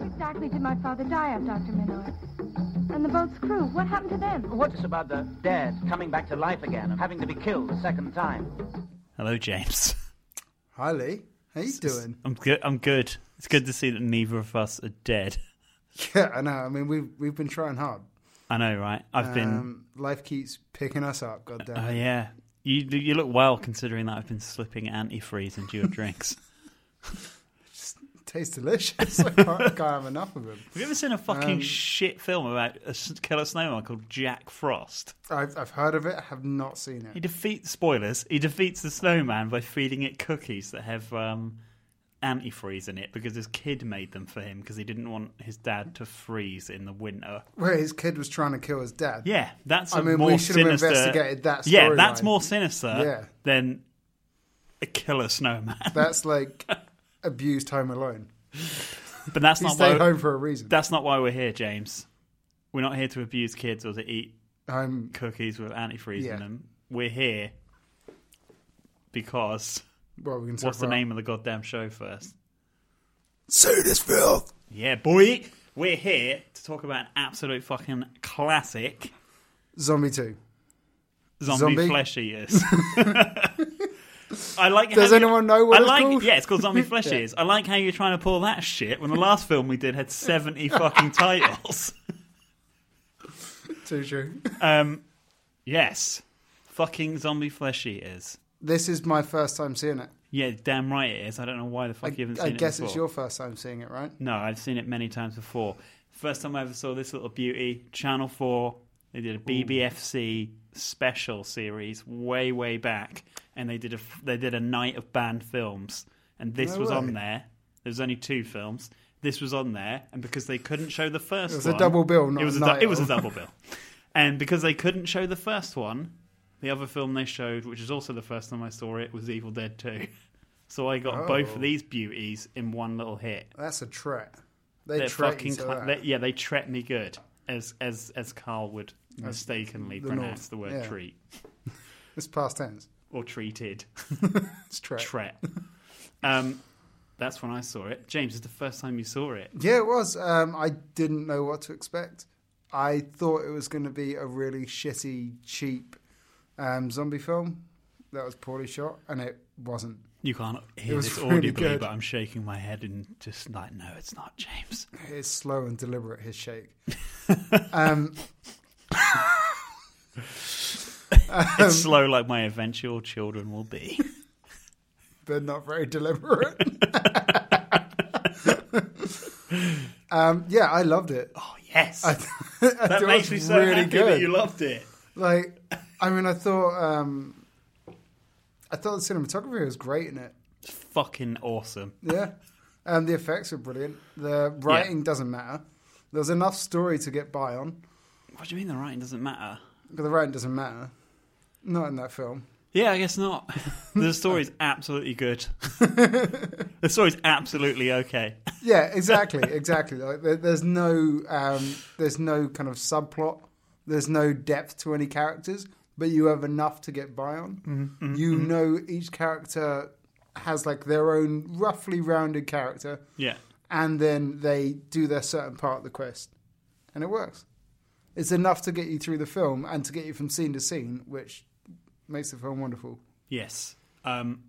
exactly did my father die of, Dr. Minoy? And the boat's crew, what happened to them? What is about the dead coming back to life again and having to be killed a second time? Hello, James. Hi, Lee. How you doing? I'm good. I'm good. It's good to see that neither of us are dead. Yeah, I know. I mean, we've we've been trying hard. I know, right? I've been. Um, life keeps picking us up. God damn. Oh it. yeah. You you look well considering that I've been slipping antifreeze into your drinks. Tastes delicious. I can't, I can't have enough of them. Have you ever seen a fucking shit film about a s- killer snowman called Jack Frost? I've I've heard of it. I have not seen He it. defeats spoilers. He defeats the snowman by feeding it cookies that have um, antifreeze in it because his kid made them for him because he didn't want his dad to freeze in the winter. Where his kid was trying to kill his dad. Yeah, that's. I a mean, we more should have sinister- investigated that Yeah, that's storyline. more sinister Yeah. than a killer snowman. That's like abused Home Alone. but that's He not stayed why. home for a reason. That's not why we're here, James. We're not here to abuse kids or to eat um, cookies with antifreeze Yeah. in them. We're here because well, we can talk what's the about- name of the goddamn show first? Suit is filth. Yeah, boy. We're here to talk about an absolute fucking classic Zombie Two. zombie, Zombie? flesh eaters. I like. how Does you- anyone know what I it's like. called? Yeah, it's called zombie flesh eaters. I like how you're trying to pull that shit when the last film we did had seventy fucking titles. Too true. Um, yes, fucking zombie flesh eaters. This is my first time seeing it. Yeah, damn right it is. I don't know why the fuck you haven't seen I it. guess it's before. your first time seeing it, right? No, I've seen it many times before. First time I ever saw this little beauty, Channel 4, they did a BBFC special series way way back and they did a they did a night of banned films and this No was way. on there. There was only two films. This was on there and because they couldn't show the first It was a one double bill, not It was a a, du- night it was a of. double bill. And because they couldn't show the first one, the other film they showed, which is also the first time I saw it, was Evil Dead 2. So I got both Oh. of these beauties in one little hit That's a threat. They they're treat you fucking to cla- that. they- yeah they treat me good as as as carl would mistakenly the pronounce North, the word yeah. treat It's past tense. or treated It's tret. tret um that's when i saw it james is the first time you saw it Yeah, it was. Um, I didn't know what to expect. I thought it was going to be a really shitty, cheap um, zombie film that was poorly shot, and it wasn't. you can't hear It was this really audibly good. but i'm shaking my head and just like no it's not james It's slow and deliberate, his shake. it's slow like my eventual children will be but not very deliberate. um, yeah, I loved it. oh yes I, I that thought makes it me was so really happy good. that you loved it like, I mean, I thought, um, I thought the cinematography was great in it. it's fucking awesome Yeah, and the effects were brilliant. The writing doesn't matter. There was enough story to get by on, what do you mean the writing doesn't matter but the writing doesn't matter. Not in that film. Yeah, I guess not. The story's absolutely good. the story's absolutely okay. Yeah, exactly, exactly. Like, there, there's no, um, there's no kind of subplot. There's no depth to any characters, but you have enough to get by on. you know, each character has like their own roughly rounded character, Yeah. and then they do their certain part of the quest, and it works. It's enough to get you through the film and to get you from scene to scene, which makes the film wonderful. Yes. Um,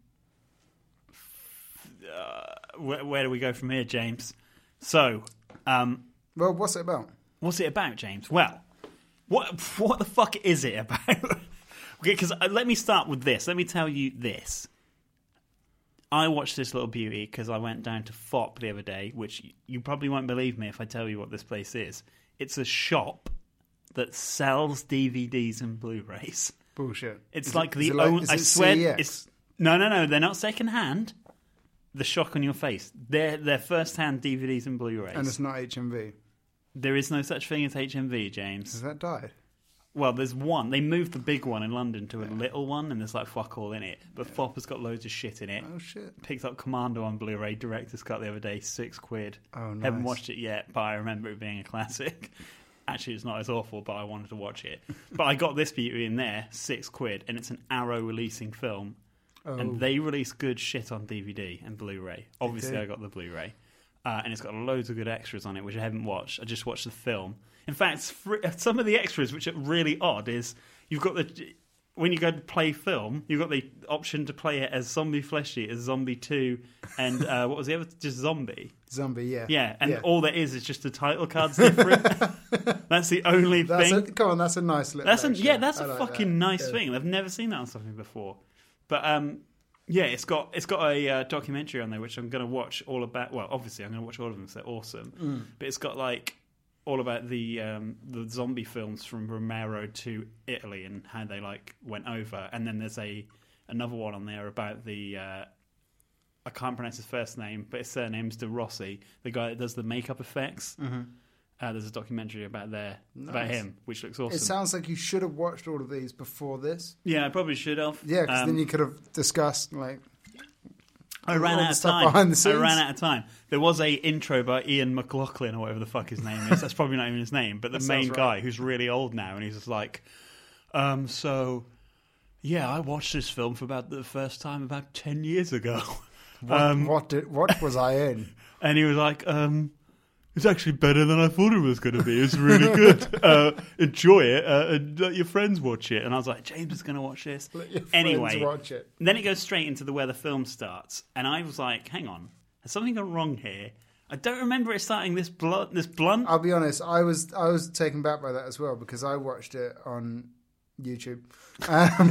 uh, where, where do we go from here, James? So, um, Well, what's it about? what's it about, James? Well, what what the fuck is it about? Because let me start with this. Let me tell you this. I watched this little beauty because I went down to FOP the other day, which y- you probably won't believe me if I tell you what this place is. It's a shop that sells DVDs and Blu-rays. Bullshit. It's Is it- like is the it only. is I it E swear, CEX? it's no, no, no. They're not second hand. The shock on your face. They're they're first hand DVDs and Blu-rays. and it's not HMV. there is no such thing as HMV, James. Has that died? Well, there's one. They moved the big one in London to a little one, and there's like fuck all in it. But FOP has got loads of shit in it. Oh shit! Picked up Commando on Blu-ray, director's cut the other day, six quid. Oh, nice. Haven't watched it yet, but I remember it being a classic. Actually, it's not as awful, but I wanted to watch it. but I got this beauty in there, six quid, and it's an Arrow releasing film, Oh, and they release good shit on DVD and Blu-ray. Obviously, do. I got the Blu-ray. uh, and it's got loads of good extras on it, which I haven't watched. I just watched the film. In fact, fr- some of the extras, which are really odd, is you've got the when you go to play film, you've got the option to play it as Zombie Flesh Eater, Zombie Two, and uh, what was the other? Just Zombie. Zombie, yeah. Yeah, and all there is is just the title card's different. that's the only That's thing. a, come on, that's a nice little. That's a, extra. yeah, that's I a like that. fucking nice Yeah. thing. I've never seen that on something before. But um, yeah, it's got it's got a uh, documentary on there which I'm going to watch all about. Well, obviously I'm going to watch all of them. 'cause They're awesome. Mm. But it's got like all about the um, the zombie films from Romero to Italy and how they like went over. And then there's a another one on there about the. Uh, I can't pronounce his first name, but his surname's De Rossi, the guy that does the makeup effects. Uh, there's a documentary about there about Mm-hmm. Nice. him, which looks awesome. It sounds like you should have watched all of these before this. Yeah, I probably should have. Yeah, because Um, then you could have discussed like I ran all the out of stuff time. behind the I ran scenes. out of time. There was a intro by Ian McLaughlin or whatever the fuck his name is. That's probably not even his name, but the That main sounds right. guy who's really old now, and he's just like, um, so yeah, I watched this film for about the first time about ten years ago, what, um, what did what was I in? and he was like, um. It's actually better than I thought it was going to be. It's really good. Uh, enjoy it uh, and let your friends watch it. And I was like, James is going to watch this. Let your friends anyway, watch it. And then it goes straight into the where the film starts, and I was like, "Hang on, has something gone wrong here? I don't remember it starting this blunt. This blunt. I'll be honest. I was I was taken back by that as well because I watched it on YouTube, um,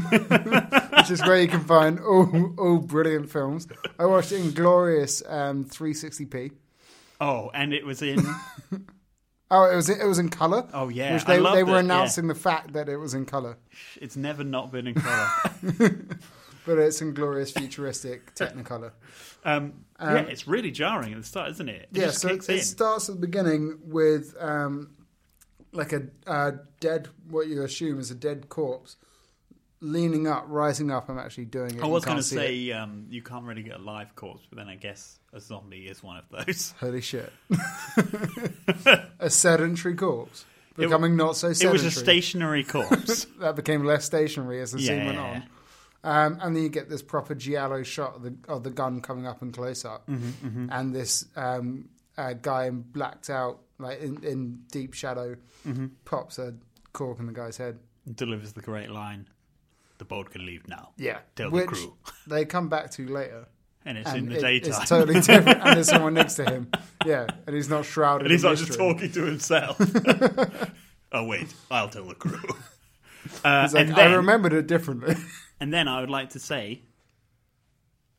which is where you can find all all brilliant films. I watched it in glorious um, 360p. oh, and it was in. Oh, it was it was in color. Oh, yeah, which I they loved they were it, announcing the fact that it was in color, it's never not been in color. but it's in glorious futuristic Technicolor. Um, yeah, it's really jarring at the start, isn't it? it yeah, just so kicks it in. starts at the beginning with um, like a uh, dead, what you assume is a dead corpse, leaning up, rising up. I'm actually doing it. I You was can't going to see say it. um, you can't really get a live corpse, but then I guess a zombie is one of those. Holy shit. a sedentary corpse. Becoming not so It sedentary. was a stationary corpse. that became less stationary as the scene went Yeah. on. Um, and then you get this proper giallo shot of the, of the gun coming up in close up, Mm-hmm, and this um, uh, guy in blacked out, like in, in deep shadow, Mm-hmm. pops a cork in the guy's head. Delivers the great line: "The boat can leave now." Yeah, Tell the which crew. they come back to later. and it's in and the it- daytime. It's totally different, and there's someone next to him. Yeah, and he's not shrouded. And he's in not just mystery. talking to himself. oh wait, I'll tell the crew. Uh, He's like, and, then, I remembered it differently. and then I would like to say,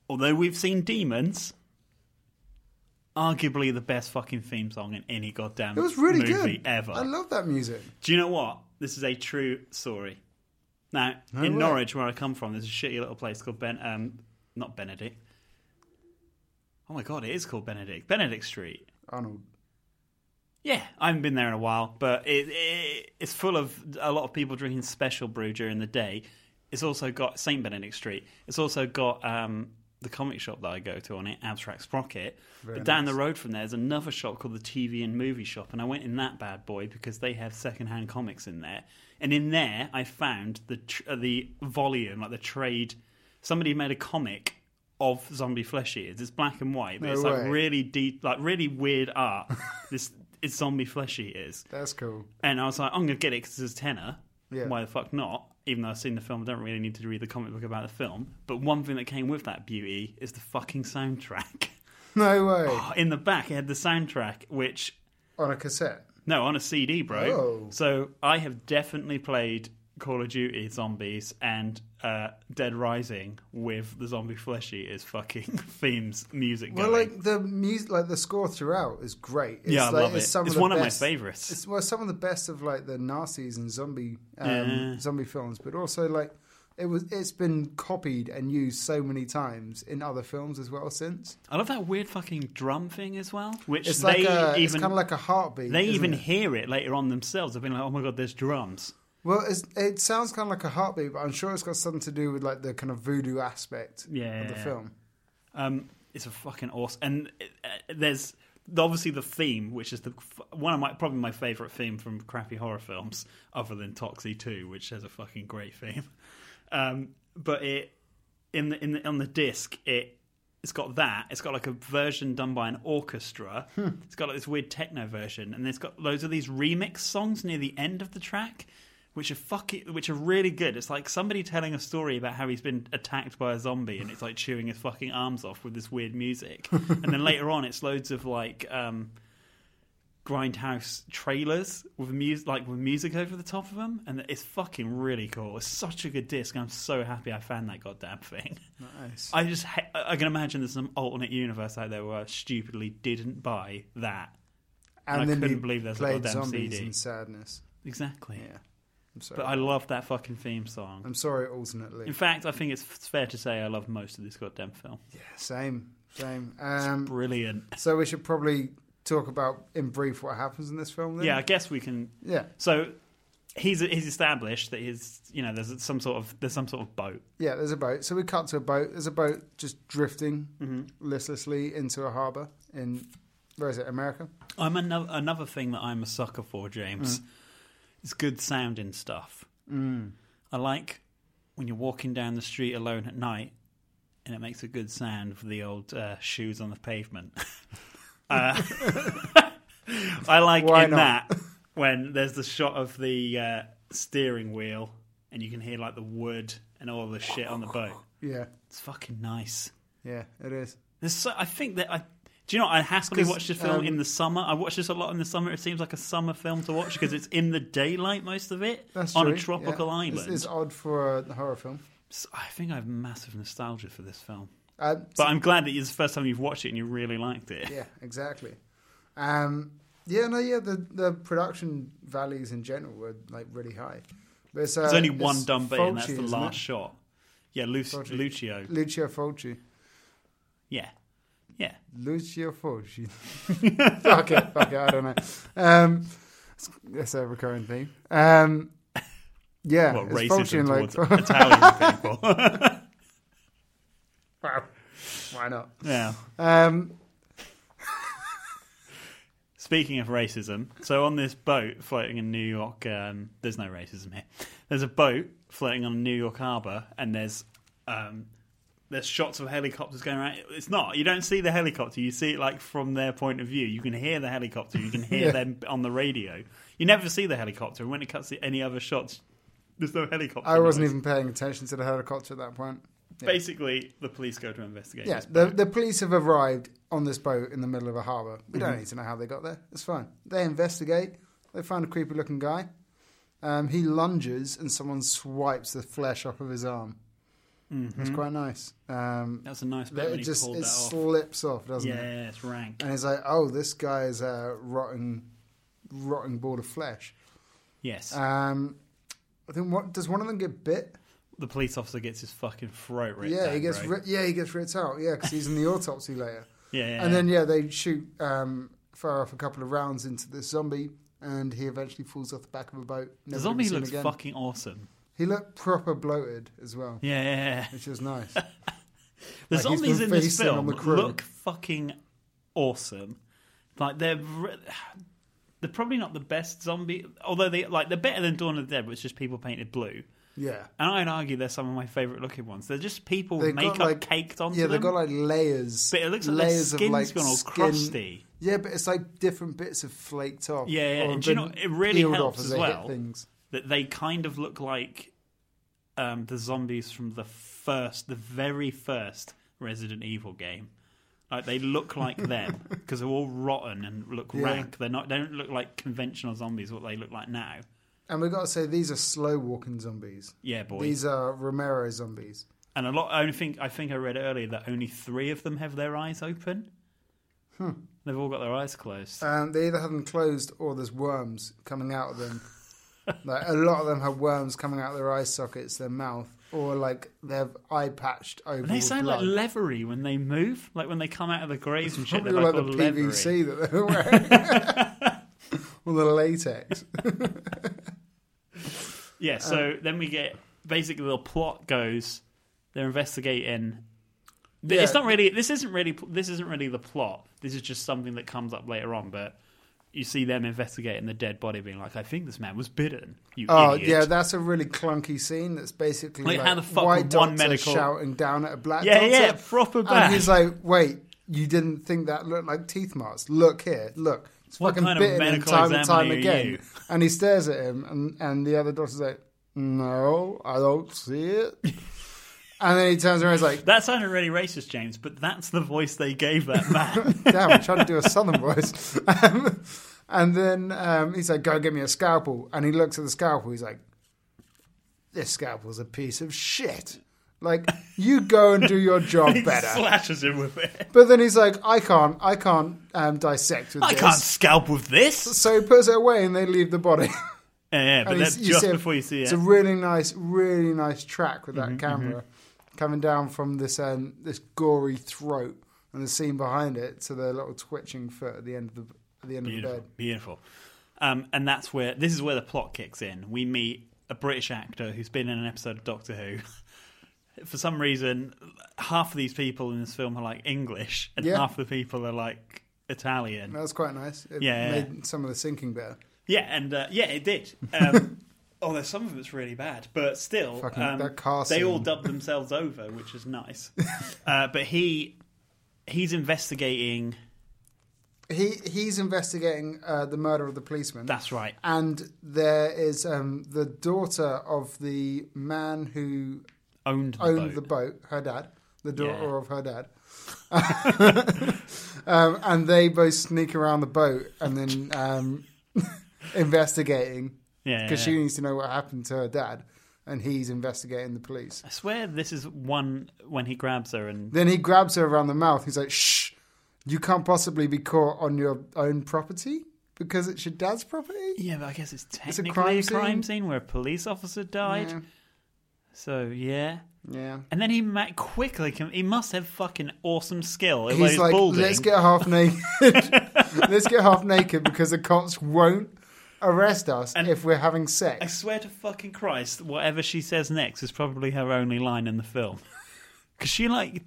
although we've seen demons, arguably the best fucking theme song in any goddamn It was really movie good. ever. I love that music. Do you know what? This is a true story. Now, in way. Norwich, where I come from, there's a shitty little place called Ben. Um, not Benedict. Oh my god, it is called Benedict. Benedict Street. Arnold. Yeah, I haven't been there in a while, but it, it, it's full of a lot of people drinking special brew during the day. It's also got St. Benedict Street. It's also got um, the comic shop that I go to on it, Abstract Sprocket. but down the road from there is another shop called the TV and Movie Shop, and I went in that bad boy because they have secondhand comics in there. And in there, I found the tr- uh, the volume, like the trade. Somebody made a comic of zombie flesh eaters. It's black and white, but No it's like way. really deep, like really weird art. this it's zombie flesh eaters, That's cool. and I was like, I'm gonna get it because it's a tenner. Yeah. Why the fuck not? Even though I've seen the film, I don't really need to read the comic book about the film. But one thing that came with that beauty is the fucking soundtrack. No way. In the back, it had the soundtrack, which On a cassette. no, on a CD, bro. Oh. So I have definitely played Call of Duty Zombies and uh, Dead Rising with the zombie flesh eaters fucking themes music Well, going. like the music, like the score throughout is great. It's yeah, I like, love it. It's, some of the one of my best- favorites. It's well, some of the best of like the Nazis and zombie um, Yeah. zombie films, but also like it was. It's been copied and used so many times in other films as well since. I love that weird fucking drum thing as well, which It's they like a, it's even kind of like a heartbeat. they isn't even it? hear it later on themselves. They've been like, "Oh my god, there's drums." well, it's, it sounds kind of like a heartbeat, but I'm sure it's got something to do with like the kind of voodoo aspect of the Yeah. film. Um, it's a fucking awesome. And uh, there's obviously the theme, which is the f- one of my probably my favorite theme from crappy horror films, other than Toxie Two, which has a fucking great theme. Um, but it in the in the, on the disc it It's got that. It's got like a version done by an orchestra. It's got like this weird techno version, and it's got loads of these remix songs near the end of the track, which are fucking, which are really good. It's like somebody telling a story about how he's been attacked by a zombie, and it's like chewing his fucking arms off with this weird music. and then later on, it's loads of like. Um, grindhouse trailers with music like with music over the top of them and it's fucking really cool it's such a good disc i'm so happy i found that goddamn thing Nice. i just ha- i I can imagine there's some alternate universe out there where i stupidly didn't buy that I then couldn't you believe there's a played goddamn zombies CD. and sadness. exactly Yeah, I'm sorry. but i love that fucking theme song I'm sorry. Alternately, in fact i think it's f- fair to say i love most of this goddamn film yeah, same, same. Um, brilliant so we should probably talk about in brief what happens in this film. Then? yeah i guess we can yeah, so he's he's established that he's you know there's some sort of there's some sort of boat yeah. There's a boat. So we cut to a boat. There's a boat just drifting Mm-hmm. listlessly into a harbour in where is it? America. I'm another another thing that I'm a sucker for, James. Mm. It's good sounding stuff. I like when you're walking down the street alone at night, and it makes a good sound for the old uh, shoes on the pavement. uh, I like Why in not? that when there's the shot of the uh, steering wheel, and you can hear like the wood and all the shit on the boat. Yeah, It's fucking nice. yeah. It is. There's so, I think that I. Do you know? what? I happily 'Cause, watch this film um, in the summer. I watch this a lot in the summer. It seems like a summer film to watch because it's in the daylight most of it That's on true. a tropical yeah. It's- island. It's, odd for a horror film. So I think I have massive nostalgia for this film, Um, but I'm glad that it's the first time you've watched it and you really liked it. Yeah, exactly. Um, yeah, no, yeah, the, the production values in general were like really high. But it's, uh, There's only it's one dumb bit, and that's Fulci, the isn't last it? shot. Yeah, Lu- Fulci. Lucio. Lucio Fulci. Yeah, yeah. Lucio Fulci. fuck it, fuck it, I don't know. Um, it's- it's a recurring theme. Um, yeah, Well, it's Fulci racism and, towards like, Italian people. why not? yeah. Um, Speaking of racism, so on this boat floating in New York, um, there's no racism here. There's a boat floating on New York Harbor, and there's um, there's shots of helicopters going around. It's not you don't see the helicopter; you see it like from their point of view. You can hear the helicopter. You can hear Yeah. them on the radio. You never see the helicopter, and when it cuts to any other shots, there's no helicopter. I wasn't noise. even paying attention to the helicopter at that point. Yeah. Basically, the police go to investigate. Yeah, this the, boat. the police have arrived on this boat in the middle of a harbour. We Mm-hmm. don't need to know how they got there. It's fine. They investigate. They find a creepy looking guy. Um, he lunges and someone swipes the flesh off of his arm. It's Mm-hmm. quite nice. Um, That's a nice bit it when he just pulled it that off. slips off, doesn't yeah, it? it's rank. And it's like, oh, this guy is a rotten, rotting ball of flesh. Yes. Um, I think what does one of them get bit? the police officer gets his fucking throat ripped. yeah, out, he gets bro. ri- yeah he gets ripped out. Yeah, because he's in the autopsy later. Yeah, yeah, And yeah. then yeah, they shoot um, fire off a couple of rounds into this zombie, and he eventually falls off the back of a boat. the Never zombie to be seen looks again. fucking awesome. He looked proper bloated as well, Yeah, yeah, yeah. which was nice. the Like, he's zombies been in this feasting on film the crew. look fucking awesome. Like they're re- they're probably not the best zombie, although they like they're better than Dawn of the Dead, which is just people painted blue. yeah, And I'd argue they're some of my favorite looking ones. They're just people with They've got, makeup like- caked onto yeah, them. they've got like layers, but it looks like layers their skin's of like gone all skin. crusty. Yeah, but it's like different bits of flaked off. Yeah, yeah, or and do you been know what? It really peeled helps off as they hit well. Things. that they kind of look like um, the zombies from the first, the very first Resident Evil game. Like they look like them because they're all rotten and look Yeah. rank. They're not. They don't look like conventional zombies. What they look like now. And we got to say these are slow walking zombies. Yeah, boys. These are Romero zombies. and a lot. I only think I think I read earlier that only three of them have their eyes open. Hmm. They've all got their eyes closed. Um, they either have them closed or there's worms coming out of them. like a lot of them have worms coming out of their eye sockets, their mouth, or like they're eye patched over. and they with sound blood. like leathery when they move, like when they come out of the grave and shit. They're Probably like, like, all the leathery. PVC that they're wearing. Well, the latex. Yeah, so Um, then we get basically the plot goes they're investigating th- it's Yeah. not really this isn't really this isn't really the plot. This is just something that comes up later on, but you see them investigating the dead body, being like, "I think this man was bitten." You Oh idiot. yeah, that's a really clunky scene. That's basically Like, like, how the fuck white would one doctor medical- shouting down at a black Yeah, doctor. yeah, proper bad. And he's like, "Wait, you didn't think that looked like teeth marks? Look here, look. It's What fucking kind of bitten him medical time and time examiner are again." you? And he stares at him, and and the other doctor's like, "No, I don't see it." and then he turns around, and he's like, That sounded really racist, James, but that's the voice they gave that man. "Damn, I'm trying to do a southern voice." Um, and then um, he's like, "Go get me a scalpel," and he looks at the scalpel. He's like, "This scalpel's a piece of shit." Like you go and do your job he better. slashes him with it. But then he's like, I can't, I can't um, dissect with I this. can't scalp with this. So he puts it away and they leave the body. Yeah, yeah, but And that's you- you just see a- before you see It's it. Mm-hmm, a really nice, really nice track with that camera coming down from this um, this gory throat and the scene behind it to the little twitching foot at the end of the at the end of the Beautiful, bed. beautiful. Um, and that's where this is where the plot kicks in. We meet a British actor who's been in an episode of Doctor Who. For some reason, half of these people in this film are like English, and Yeah. half the people are like Italian. That was quite nice. It Yeah, yeah. made some of the sinking better. Yeah, and uh, yeah, it did. Um, although some of it's really bad, but still, Fucking- um, that car they scene. all dubbed themselves over, which is nice. uh, but he he's investigating. He he's investigating uh, the murder of the policeman. That's right. and there is um, the daughter of the man who Owned the owned boat. the boat, her dad, the daughter Yeah. of her dad. um, and they both sneak around the boat and then um, investigating yeah, because yeah. she needs to know what happened to her dad, and he's investigating the police. I swear this is one when he grabs her and Then he grabs her around the mouth. He's like, "Shh, you can't possibly be caught on your own property because it's your dad's property." yeah, but I guess it's a technically crime a crime scene. scene where a police officer died. Yeah. So yeah, yeah. and then he ma- quickly can, he must have fucking awesome skill. although He's like, balding. let's get half naked. let's get half naked because the cops won't arrest us if we're having I sex. swear to fucking Christ, whatever she says next is probably her only line in the film. Because she, like,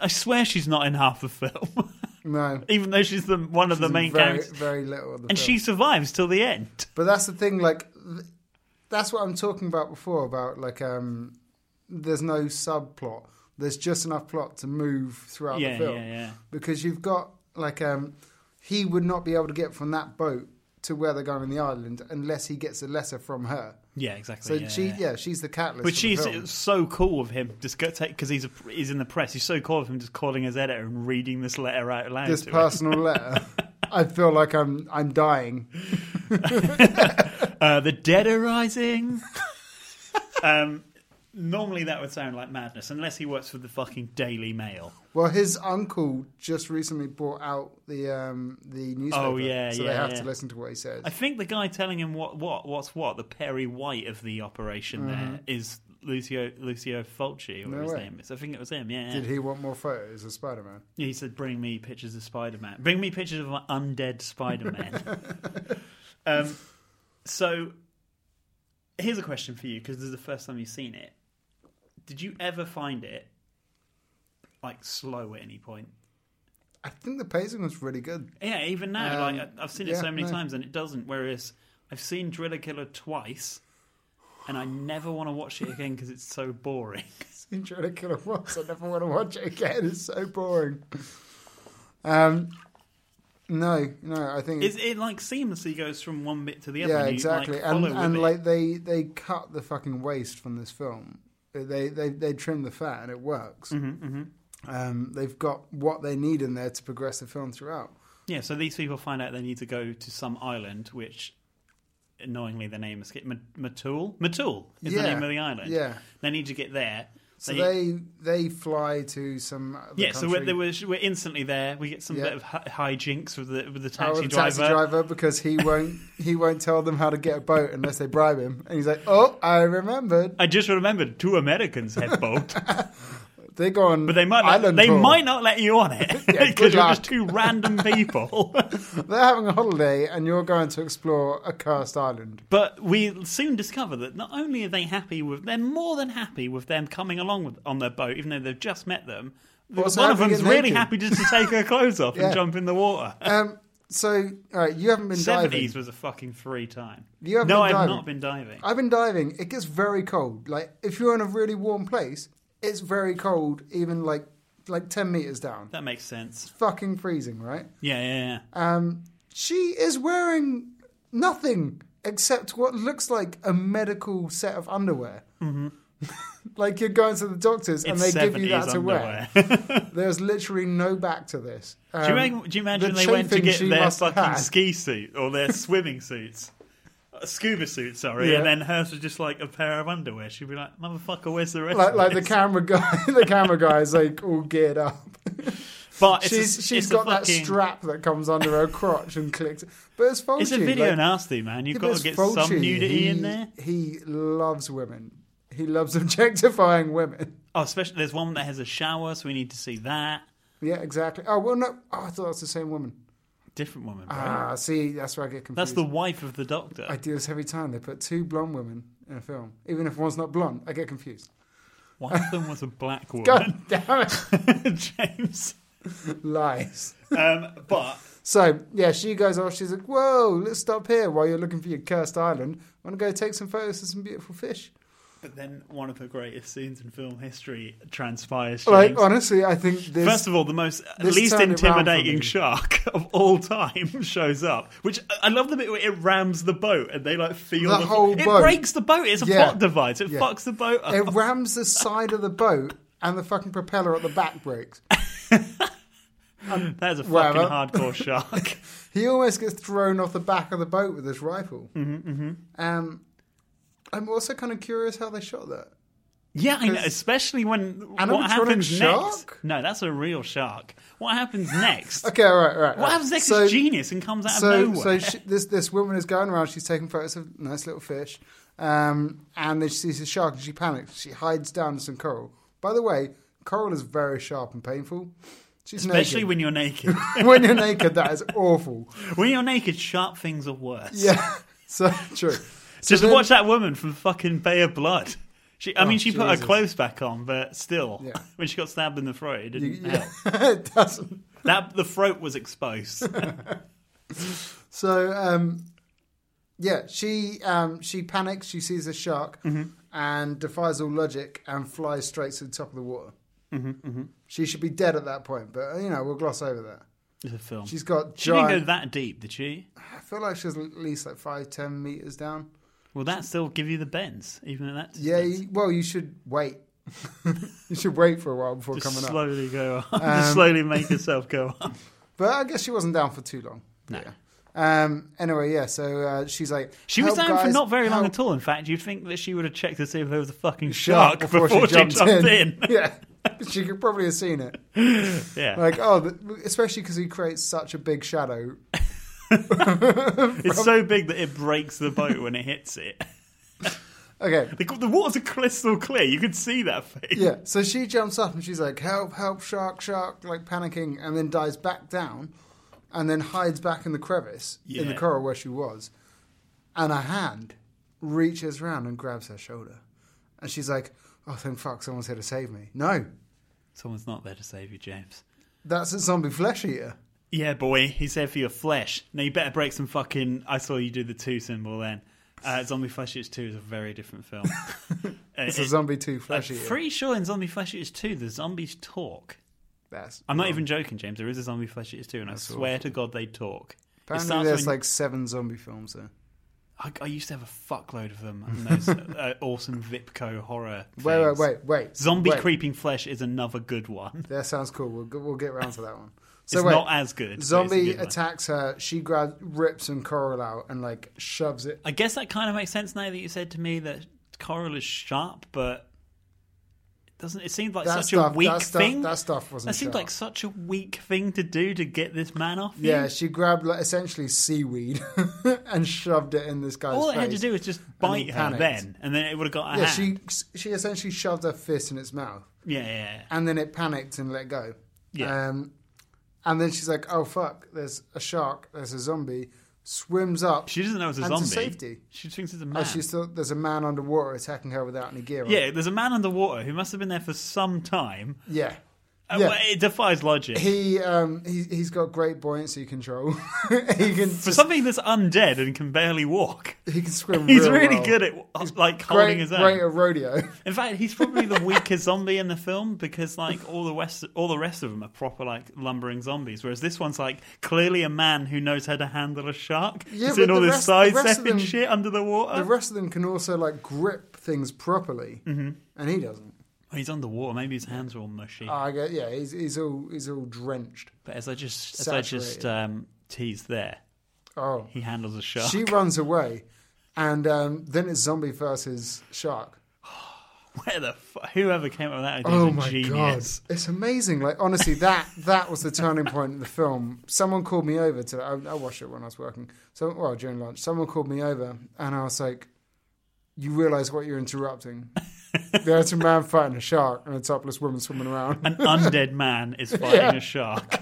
I swear she's not in half the film, No, even though she's the one of the main very, characters. very little. Of the And film. she survives till the end. but that's the thing. Like, th- that's what I'm talking about before. About like, um, there's no subplot. There's just enough plot to move throughout Yeah, the film yeah, yeah. because you've got like um, he would not be able to get from that boat to where they're going on the island unless he gets a letter from her. Yeah, exactly. So yeah, she, yeah. yeah. she's the catalyst. But for the she's film. so cool with him, just because he's a, he's in the press. He's so cool with him, just calling his editor and reading this letter out loud. this to him. personal letter. I feel like I'm I'm dying. Uh, the dead are rising. um, normally that would sound like madness, unless he works for the fucking Daily Mail. Well, his uncle just recently brought out the um, the newspaper. Oh, yeah, so they yeah, have yeah. to listen to what he says. I think the guy telling him what what what's what the Perry White of the operation there is Lucio Lucio Fulci or Mm-hmm. No his way. name is. I think it was him. Yeah. Did he want more photos of Spider Man? He said, "Bring me pictures of Spider Man. Bring me pictures of my undead Spider Man." um, so here's a question for you because this is the first time you've seen it. Did you ever find it like slow at any point? I think the pacing was really good. Yeah, even now, Um, like I- I've seen it yeah, so many no. times and it doesn't. Whereas I've seen Driller Killer twice, and I never want to watch it again because it's so boring. Seen trying to kill him once. I never want to watch it again. It's so boring. Um, no, no. I think It's, it like seamlessly goes from one bit to the other. yeah, and you, exactly. Like, and follow with and it. like they they cut the fucking waste from this film. They they they trim the fat and it works. Mm-hmm. Um, they've got what they need in there to progress the film throughout. yeah, so these people find out they need to go to some island, which annoyingly the name escaped Ma- Matul. Matul is Yeah, the name of the island. yeah. they need to get there. So they they fly to some other yeah, so country. we're, they were, we're instantly there. We get some Yeah. bit of hi- hijinks with the with the Oh, taxi, the taxi driver because he won't he won't tell them how to get a boat unless they bribe him. And he's like, "Oh, I remembered. I just remembered two Americans had boat, They go on, but they might not, island they tour. might not let you on it Yeah, because good you're luck. just two random people. They're having a holiday, and you're going to explore a cursed island. but we soon discover that not only are they happy with, they're more than happy with them coming along with, on their boat, even though they've just met them. Also One of happy them's to get really naked. happy just to take her clothes off Yeah. and jump in the water. Um, So, all right, you haven't been diving. Seventies was a fucking free time. You haven't no, been I've diving. not been diving. I've been diving. It gets very cold. Like if you're in a really warm place, it's very cold, even like like ten meters down. That makes sense. Fucking freezing, right? Yeah, yeah, yeah. Um, she is wearing nothing except what looks like a medical set of underwear. Mm-hmm. like you're going to the doctors and it's they give you that 70s to wear. underwear. There's literally no back to this. do, you Um, imagine, do you imagine they the went to chafing get she their must fucking have. ski suit or their swimming suits? Uh, Scuba suit, sorry, Yeah. and then hers was just like a pair of underwear. She'd be like, "Motherfucker, where's the rest?" Like, of like the this?" camera guy, the camera guy is like all geared up. But it's she's a, she's it's got a fucking, that strap that comes under her crotch and clicks. But it's faulty. It's a video like- nasty, man. You've Yeah, but got it's to get faulty. some nudity He- in there. He loves women. He loves objectifying women. Oh, especially there's one that has a shower, so we need to see that Yeah, exactly. Oh well, no. Oh, I thought that's the same woman. different woman. Bro. Ah, see, that's where I get confused. That's the wife of the doctor. I do this every time. They put two blonde women in a film, even if one's not blonde. I get confused. One of them was a black woman, God damn it! James. Lies. Um, but So yeah, she goes off. She's like, "Whoa, let's stop here while you're looking for your cursed island. Want to go take some photos of some beautiful fish?" but then one of the greatest scenes in film history transpires. Like James. honestly, I think this. First of all, the most this least turned it round for intimidating me. shark of all time shows up. Which I love the bit where it rams the boat and they like feel The the whole it boat. breaks the boat. It's a Yeah. plot device. It Yeah. fucks the boat up. It rams the side of the boat and the fucking propeller at the back breaks. That's a fucking whatever. hardcore shark. He almost gets thrown off the back of the boat with his rifle. Mm-hmm, Um, I'm also kind of curious how they shot that. yeah, I know. Especially when Animatronic what happens shark? next? No, that's a real shark. What happens next? Okay, all right, all right. all What right. happens next So- is genius and comes out of So, so nowhere. she, this this woman is going around. She's taking photos of nice little fish, um, and then she sees a shark and she panics. She hides down in some coral. By the way, coral is very sharp and painful. She's Especially naked. when you're naked. when you're naked, that is awful. when you're naked, sharp things are worse. Yeah, so true. Just then- watch that woman from fucking Bay of Blood. She, I Oh, mean, she put Jesus. her clothes back on, but still, Yeah. when she got stabbed in the throat, it didn't Yeah, help. it doesn't. That the throat was exposed. So um, yeah, she um, she panics. She sees a shark Mm-hmm. and defies all logic and flies straight to the top of the water. Mm-hmm, She should be dead at that point, but you know we'll gloss over that. it's a film. She's got she didn't go giant. that deep, did she? I feel like she's at least like five, ten meters down. Will that still give you the bends, even at that? Yeah. distance? You, well, you should wait. you should wait for a while before just coming up. Um, slowly go up. just slowly make yourself go up. But I guess she wasn't down for too long. No. Yeah. Um. Anyway, yeah. So uh, she's like, She was "Help, down for guys, not very long help." at all. In fact, you'd think that she would have checked to see if there was a fucking shark, before, she jumped, in. yeah, she could probably have seen it. yeah, Like, oh, the, especially because he creates such a big shadow. it's so big that it breaks the boat when it hits it. Okay, The, the water's crystal clear. You could see that face. yeah. So she jumps up and she's like, "Help! Help! Shark! Shark!" Like panicking, and then dives back down, and then hides back in the crevice in the Yeah. coral where she was, and a hand reaches round and grabs her shoulder, and she's like, "Oh, thank fuck! Someone's here to save me." No, Someone's not there to save you, James. that's a zombie flesh eater. Yeah, boy. He's there for your flesh. Now you better break some fucking. I saw you do the two symbol then. Uh, Zombie Flesh Eaters 2 is a very different film. Uh, It's a it- zombie two flesh I'm eater. pretty sure in Zombie Flesh Eaters 2, the zombies talk. That's I'm not even joking, James. There is a Zombie Flesh Eaters 2, and I swear to God they talk. It Apparently, starts there's when- like seven zombie films there. I, I used to have a fuckload of them. And those uh, awesome Vipco horror. Wait, wait, things. wait, wait. Zombie wait. Creeping Flesh is another good one. That sounds cool. We'll go- we'll get round to that one. So It's wait, not as good. but it's a zombie good one. attacks her. She grabs, rips, and coral out, and like shoves it. I guess that kind of makes sense now that you said to me that coral is sharp, but it doesn't. It seemed like That such stuff, a weak that stuff, thing. that stuff wasn't. that seemed sharp. like such a weak thing to do to get this man off. you. yeah. She grabbed like essentially seaweed and shoved it in this guy's all it face. had to do was just he bite her panicked. then, and then it would have got her yeah, hand. she she essentially shoved her fist in its mouth, Yeah, yeah, yeah. and then it panicked and let go. Yeah. Um, and then she's like, "Oh fuck! There's a shark. There's a zombie." Swims up. She doesn't know it's a and to zombie. Ah. safety. She thinks it's a Oh, man. she's still, there's a man underwater attacking her without any gear on. yeah, there's a man underwater who must have been there for some time. Yeah. Uh, Yeah. well, It defies logic. He um he he's got great buoyancy control. he can For just, something that's undead and can barely walk, he can swim. he's real really well. good at uh, like holding great, his great own. at rodeo. In fact, he's probably the weakest zombie in the film because like all the rest, all the rest of them are proper like lumbering zombies, whereas this one's like clearly a man who knows how to handle a shark. Yeah, he's but in all the this rest- side the rest of step them- and shit under the water. the rest of them can also like grip things properly, mm-hmm. and he doesn't. Oh, he's underwater. Maybe his hands are all mushy. I get yeah. He's he's all he's all drenched. but as I just as I just saturated. um, teased there, Oh, he handles a shark. she runs away, and um, then it's zombie versus shark. Where the fuck? Whoever came up with that idea Oh is a my genius. god, it's amazing! Like honestly, that that was the turning point in the film. Someone called me over today. I, I watched it when I was working. So well during lunch, someone called me over, and I was like, "You realize what you're interrupting? There's a man fighting a shark and a topless woman swimming around." An undead man is fighting a shark.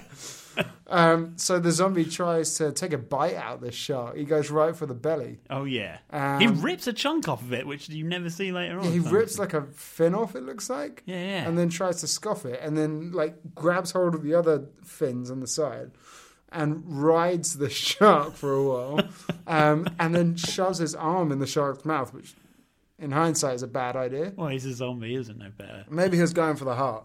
Um, so the zombie tries to take a bite out of this shark. He goes right for the belly. Oh yeah, Um, he rips a chunk off of it, which you never see later on. He Simon. rips like a fin off. It looks like. Yeah, yeah. and then tries to scoff it, and then like grabs hold of the other fins on the side and rides the shark for a while, um, and then shoves his arm in the shark's mouth, which in hindsight is a bad idea. well, he's a zombie, isn't no better. Maybe he was going for the heart.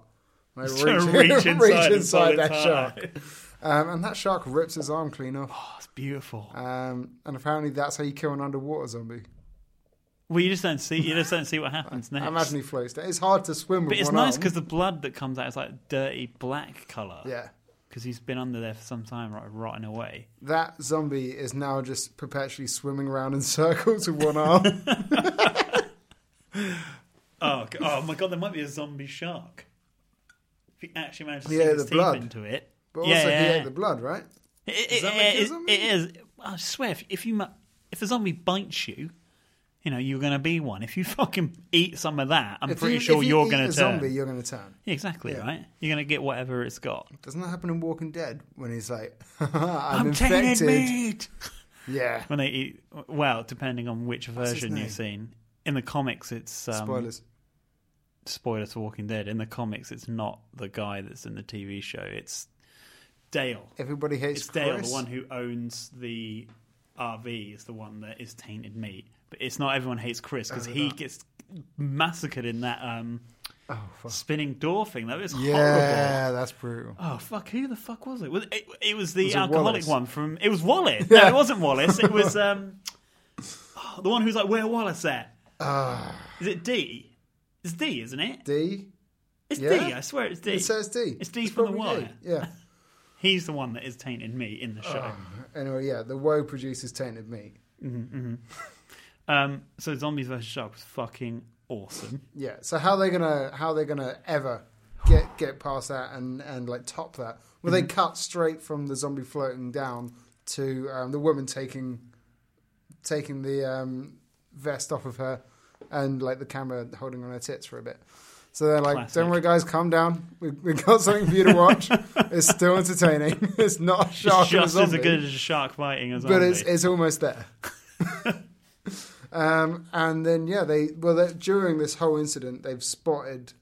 Like, He's trying to reach inside and pull that its shark, heart. um, and that shark rips his arm clean off. Oh, it's beautiful. Um, and apparently, that's how you kill an underwater zombie. Well, you just don't see. You just don't see what happens next. I imagine he floats. down. It's hard to swim with but it's one nice arm. because the blood that comes out is like dirty black color. yeah, because he's been under there for some time, right, rotting away. that zombie is now just perpetually swimming around in circles with one arm. Oh, g- oh my god, there might be a zombie shark. If he actually managed to He sink ate his the teeth blood. into it. But yeah, also, yeah, he yeah. ate the blood, right? It- Does it- that make it you a is- zombie? It is. I swear, if, if you mu- if a zombie bites you, you know you're going to be one. If you fucking eat some of that, I'm If pretty you- sure if you you're eat going a to turn. zombie, you're going to turn. Yeah, exactly Yeah. right. You're going to get whatever it's got. Doesn't that happen in Walking Dead when he's like, "I'm, I'm infected"? taking meat. Yeah. When they eat, well, depending on which his version name? you've seen. In the comics, it's um, Spoilers. spoiler to Walking Dead. In the comics, it's not the guy that's in the TV show. It's Dale. Everybody hates It's, Dale, Chris. the one who owns the RV, is the one that is tainted meat. But it's not everyone hates Chris because he gets massacred in that um, Oh, fuck. Oh, spinning door thing. That was horrible. Yeah, that's brutal. Oh fuck! Who the fuck was it? Was it, it was the Was it alcoholic Wallace? one from? It was Wallace. No, it wasn't Wallace. It was um, oh, the one who's like, "Where Wallace at?" is it D? It's D, isn't it? Ah. D. It's D. Yeah? I swear it's D. It says D. It's D from The probably Wire. D. Yeah. He's the one that is tainted meat in the show. Anyway, yeah, the woe produces tainted meat. Ah. Um, so zombies versus shark was fucking awesome. Yeah. So how they gonna how they gonna ever get get past that and and like top that? Mm-hmm. Well, they cut straight from the zombie floating down to um, the woman taking taking the um, vest off of her and like the camera holding on her tits for a bit. So they're like, Classic. "Don't worry, guys, calm down. We we got something for you to watch. it's still entertaining. It's not a shark it's and a just as zombie." good as a shark biting as but it's it's almost there. um, and then yeah, they well they, during this whole incident, they've spotted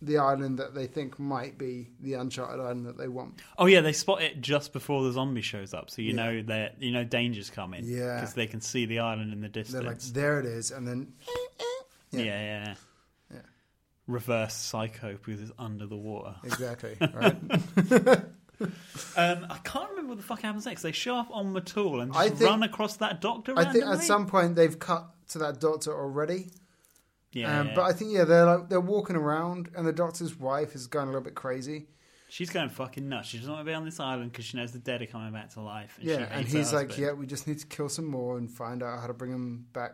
the island that they think might be the uncharted island that they want. oh yeah, they spot it just before the zombie shows up, so you know that you know danger's coming. Yeah. because they can see the island in the They're like, distance. there it is, and then yeah. Yeah, yeah, Yeah. Reverse psycho because it's under the water. exactly right. Um, I can't remember what the fuck happens next. They show up on Matul and I just think- run across that doctor. I think at randomly? some point they've cut to that doctor already. Yeah, Um, but I think yeah, they're like, they're walking around, and the doctor's wife is going a little bit crazy. she's going fucking nuts. She doesn't want to be on this island because she knows the dead are coming back to life. And she Yeah, and hates her he's like, husband. yeah, we just need to kill some more and find out how to bring him back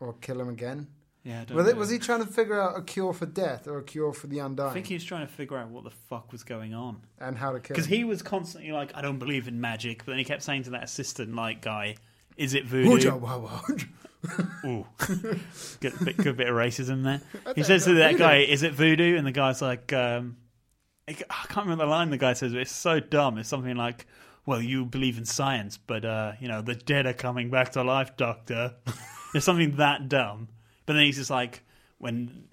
or kill him again. yeah. I don't Was, it, know. was he trying to figure out a cure for death or a cure for the undying I think he was trying to figure out what the fuck was going on. and how to kill? Because him? he was constantly like, I don't believe in magic, but then he kept saying to that assistant, like, guy, is it voodoo? Hooja, wow, wow. Ooh. good, bit, good bit of racism there. He says to that guy, is it voodoo? And the guy's like, um, I ca- I can't remember the line the guy says, but it's so dumb. It's something like, well, you believe in science, but, uh, you know, the dead are coming back to life, doctor. it's something that dumb. But then he's just like, when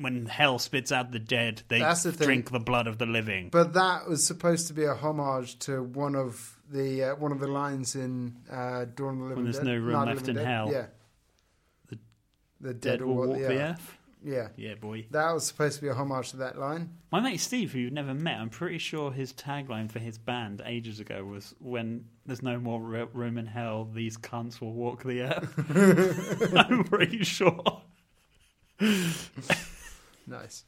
when hell spits out the dead, they That's the thing. drink the blood of the living. But that was supposed to be a homage to one of the uh, one of the lines in uh, Dawn of the Living there's Dead. no room Night of the left Living in Dead. hell. Yeah. The the dead, will walk the yeah. earth. yeah. Yeah, boy. That was supposed to be a homage to that line. My mate Steve, who you've never met, I'm pretty sure his tagline for his band ages ago was "When there's no more ro- room in hell, these cunts will walk the earth." I'm pretty sure. Nice.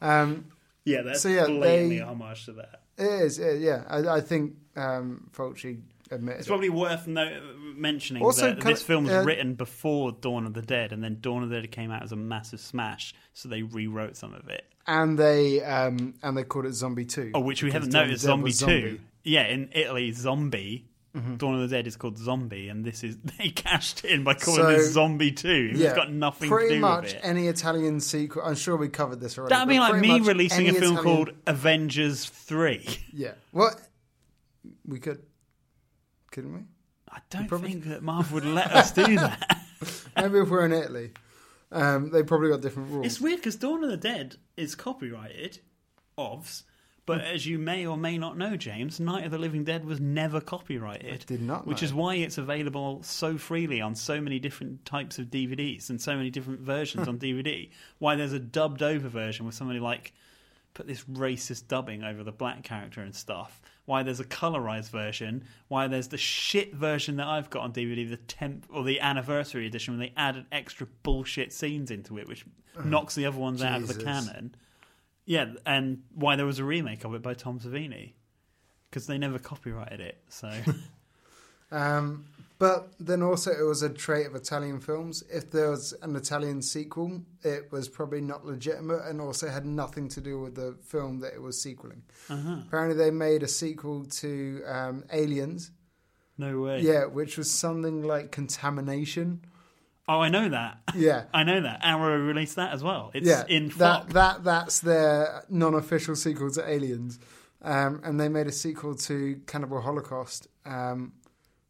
um, Yeah, that's So, yeah, blatantly they- a homage to that. it is. It, yeah, I, I think um, Fulci It's admitted. it. probably worth no- mentioning Also, that can this I- film was uh, written before Dawn of the Dead, and then Dawn of the Dead came out as a massive smash, so they rewrote some of it. and they um, and they called it Zombie Two. Oh, which we because haven't Dawn of the noticed. Dead Zombie Two, was Mm-hmm. yeah, in Italy, Zombie. Dawn of the Dead is called Zombie, and this is they cashed in by calling So- this Zombie Two. It's got nothing pretty to do much with it. any Italian sequel. I'm sure we covered this already. That'd be but like pretty me much releasing a any film Italian- called Avengers Three. Yeah. What? We could. Couldn't we? I don't probably- think that Marvel would let us do that. Maybe if we're in Italy, um, they probably got different rules. it's weird because Dawn of the Dead is copyrighted, ovs. But Mm. as you may or may not know, James, Night of the Living Dead was never copyrighted. did not Which know. is why it's available so freely on so many different types of DVDs and so many different versions Hmm. on DVD. Why there's a dubbed over version with somebody like put this racist dubbing over the black character and stuff. Why there's a colorized version. Why there's the shit version that I've got on DVD, the temp or the anniversary edition, when they added extra bullshit scenes into it, which knocks the other ones out of the Jesus. canon. Yeah, and why there was a remake of it by Tom Savini because they never copyrighted it. So Um, but then also, it was a trait of Italian films. If there was an Italian sequel, it was probably not legitimate and also had nothing to do with the film that it was sequeling. Uh-huh. Apparently, they made a sequel to um, Aliens, no way. yeah, which was something like Contamination. Oh, I know that. Yeah. I know that. Arrow released that as well. It's yeah, in flop. that that that's their non-official sequel to Aliens, um, and they made a sequel to Cannibal Holocaust, um,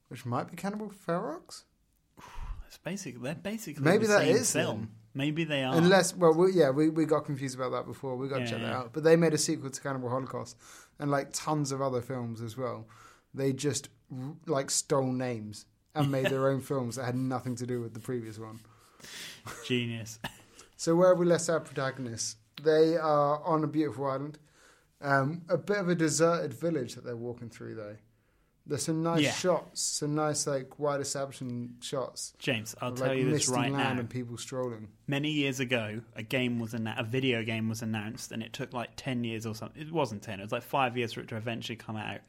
which might be Cannibal Ferox, It's basic. They're basically Maybe the that same is film. them. Maybe they are. unless well we, yeah we, we got confused about that before we got to Uh-huh. Yeah, check that yeah. out, but they made a sequel to Cannibal Holocaust and like tons of other films as well. They just r- like stole names and made their own films that had nothing to do with the previous one. genius. So where have we left our protagonists? They are on a beautiful island, um, a bit of a deserted village that they're walking through though. There's some nice Yeah. shots, some nice like wide establishment shots. James, I'll of, tell like, you this misty right land now. and people strolling. Many years ago, a game was anna- a video game was announced, and it took like ten years or something. It wasn't ten; it was like five years for it to eventually come out.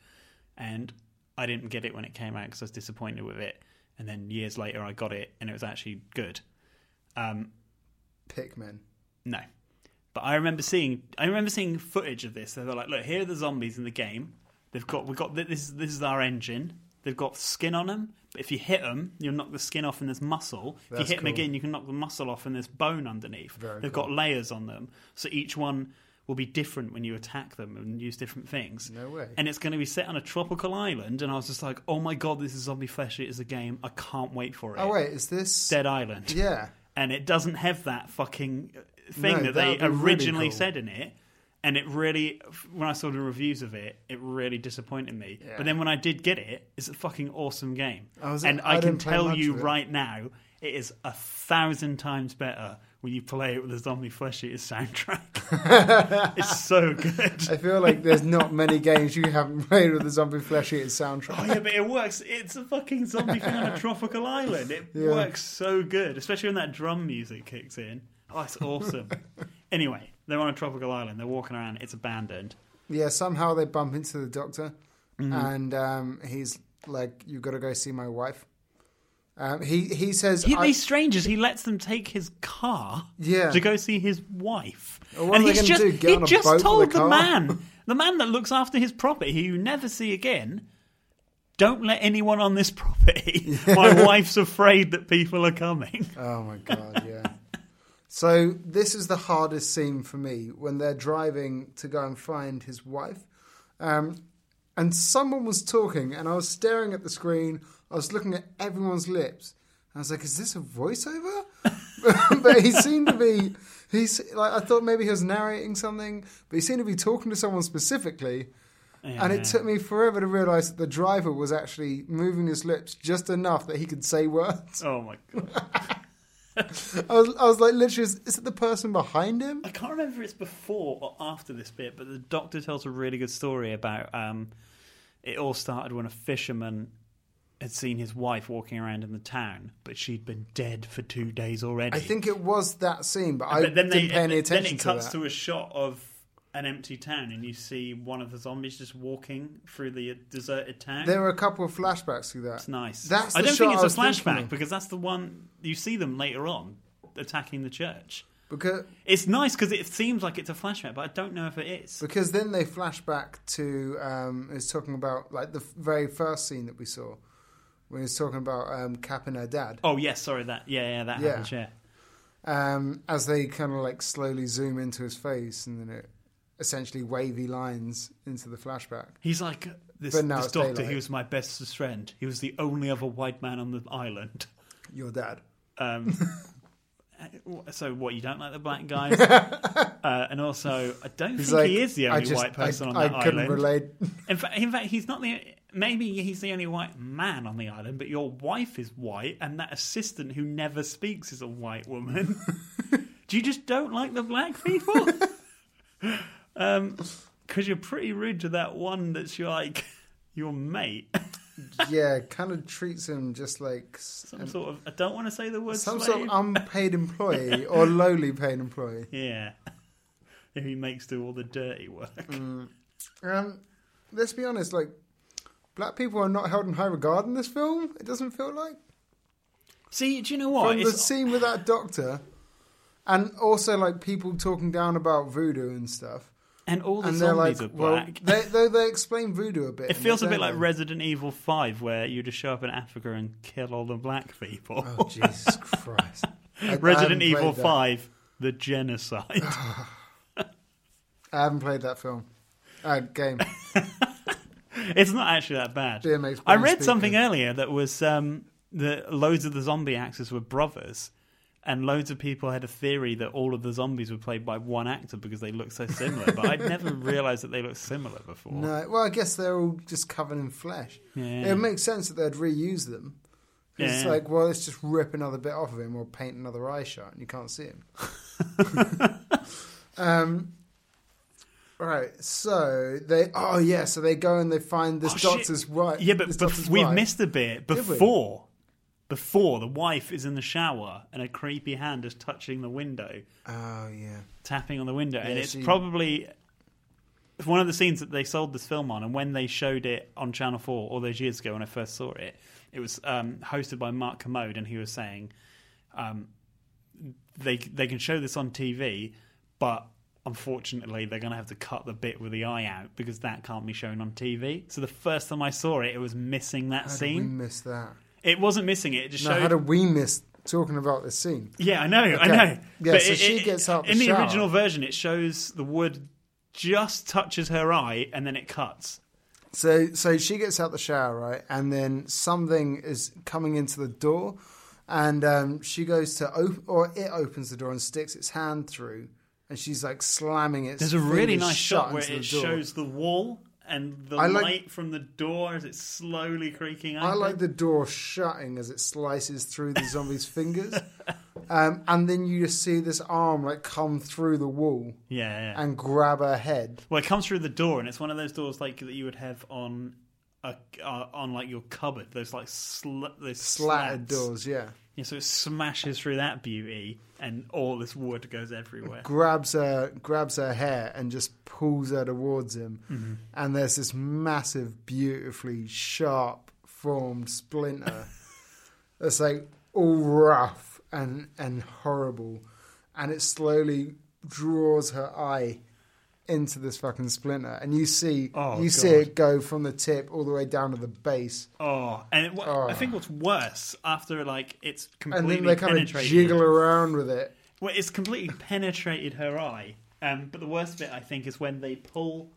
And I didn't get it when it came out because I was disappointed with it. And then years later, I got it, and it was actually good. Um, Pikmin. No. But I remember seeing I remember seeing footage of this. They were like, "Look, here are the zombies in the game. They've got we have got this. is- This is our engine. They've got skin on them. But if you hit them, you'll knock the skin off, and there's muscle. If you That's hit them cool. again, you can knock the muscle off, and there's bone underneath. Very They've got layers on them, so each one will be different when you attack them and use different things. No way. And it's going to be set on a tropical island. And I was just like, "Oh my god, this is zombie flesh. It is a game. I can't wait for it. Oh wait, is this? Dead Island Yeah, and it doesn't have that fucking thing No, that that they would be really originally cool. said in it. And it really, when I saw the reviews of it, it really disappointed me. Yeah. But then when I did get it, it's a fucking awesome game. I was- and I I, can didn't play tell much you of it. right now, it is a thousand times better when you play it with the Zombie Flesh Eaters soundtrack. it's so good. I feel like there's not many games you haven't played with the zombie flesh eating soundtrack. Oh yeah, but it works. It's a fucking zombie thing on a tropical island. It Yeah. works so good, especially when that drum music kicks in. Oh, it's awesome. anyway, they're on a tropical island. They're walking around. It's abandoned. Yeah, somehow they bump into the doctor, Mm-hmm. and um, he's like, "You got to go see my wife." Um, he he says, He, I- these strangers. He lets them take his car. Yeah. To go see his wife. Well, what are they he's gonna just do, get he on a boat just with a told the car? man, the man that looks after his property, who you never see again. Don't let anyone on this property. My wife's afraid that people are coming. Oh my god, yeah. so this is the hardest scene for me when they're driving to go and find his wife, um, and someone was talking, and I was staring at the screen. I was looking at everyone's lips. and I was like, "Is this a voiceover?" but he seemed to be. He's like I thought maybe he was narrating something, but he seemed to be talking to someone specifically. and it took me forever to realize that the driver was actually moving his lips just enough that he could say words. Oh my god! I was, I was like, literally, is, is it the person behind him? I can't remember if it's before or after this bit, but the doctor tells a really good story about um, it all started when a fisherman had seen his wife walking around in the town, but she'd been dead for two days already. I think it was that scene, but, I but then didn't they, pay any then attention it cuts to that. to, a shot of an empty town, and you see one of the zombies just walking through the deserted town. There were a couple of flashbacks to that. It's nice. That's I the don't shot think I it's was a thinking flashback of. because that's the one you see them later on attacking the church. because It's nice because it seems like it's a flashback, but I don't know if it is. because then they flash back to um, it's talking about like the very first scene that we saw when he's talking about um, Cap and her dad. Oh yes, sorry that. Yeah, yeah, that Yeah. happens. Yeah, um, as they kind of like slowly zoom into his face and then it essentially wavy lines into the flashback. he's like this, But now this it's doctor. daylight. He was my best friend. He was the only other white man on the island. Your dad. Um, so what? You don't like the black guys? uh, and also, I don't think he is the I only just- white person I, on I that couldn't island. relate. In fact, in fact, he's not the. Maybe he's the only white man on the island, but your wife is white, and that assistant who never speaks is a white woman. Do you just don't like the black people? um, because you're pretty rude to that one that's your like your mate. yeah, kind of treats him just like s- Some sort of. I don't want to say the word Um, some slave. sort of um, unpaid employee or lowly paid employee. yeah. Who he makes do all the dirty work. Mm. Um, let's be honest, like black people are not held in high regard in this film. It doesn't feel like See, do you know what? from the Oh, It's- scene with that doctor, and also like people talking down about voodoo and stuff. and all the and they're like, zombies are well, black. they, they they explain voodoo a bit. It in feels a bit don't like they? Resident Evil 5, where you just show up in Africa and kill all the black people. Oh Jesus Christ! I- I haven't Resident played Evil that. 5, the genocide. I haven't played that film. Uh, game. it's not actually that bad. DMX I brain read speaker. something earlier that was um, that loads of the zombie actors were brothers, and loads of people had a theory that all of the zombies were played by one actor because they look so similar. but I'd never realised that they looked similar before. No, well, I guess they're all just covered in flesh. Yeah. It makes sense that they'd reuse them. 'Cause It's Yeah. like, well, let's just rip another bit off of him or paint another eye shut, and you can't see him. um, right. So they. Oh yeah. So they go and they find this Oh, shit. doctor's wife. Yeah, but this bef- doctor's we've wife. missed a bit we? before. Before the wife is in the shower and a creepy hand is touching the window, Oh yeah. tapping on the window, and Yeah, it's she- probably one of the scenes that they sold this film on. And when they showed it on Channel Four all those years ago, when I first saw it, it was um, hosted by Mark Commode, and he was saying um, they they can show this on TV, but unfortunately they're going to have to cut the bit with the eye out because that can't be shown on TV. So the first time I saw it, it was missing that How did we scene. miss that? It wasn't missing it; it just No, showed how did we miss talking about this scene? Yeah, I know, I know. Yeah, so she gets out the in the shower. original version. It shows the wood just touches her eye, and then it cuts. So, so she gets out the shower, right, and then something is coming into the door, and um, she goes to open, or it opens the door and sticks its hand through, and she's like slamming it. There's a really nice shot where it shows the wall and the I like- light from the door as it's slowly creaking. I open. like the door shutting as it slices through the zombie's fingers, um, and then you just see this arm like come through the wall Yeah, yeah. and grab her head. Well, it comes through the door, and it's one of those doors like that you would have on a uh, on like your cupboard. Those like sl- those Slatted slats. doors, yeah. Yeah, so it smashes through that beauty, and all this wood goes everywhere. grabs her grabs her hair and just pulls her towards him Mm-hmm. and there's this massive beautifully sharp formed splinter that's like all rough and and horrible and it slowly draws her eye into this fucking splinter and you see Oh, you see God. it go from the tip all the way down to the base Oh, and it, what, I think what's worse after like it's and completely then they kind of penetrated. jiggle around with it Well, it's completely penetrated her eye. Um, but the worst bit I think is when they pull,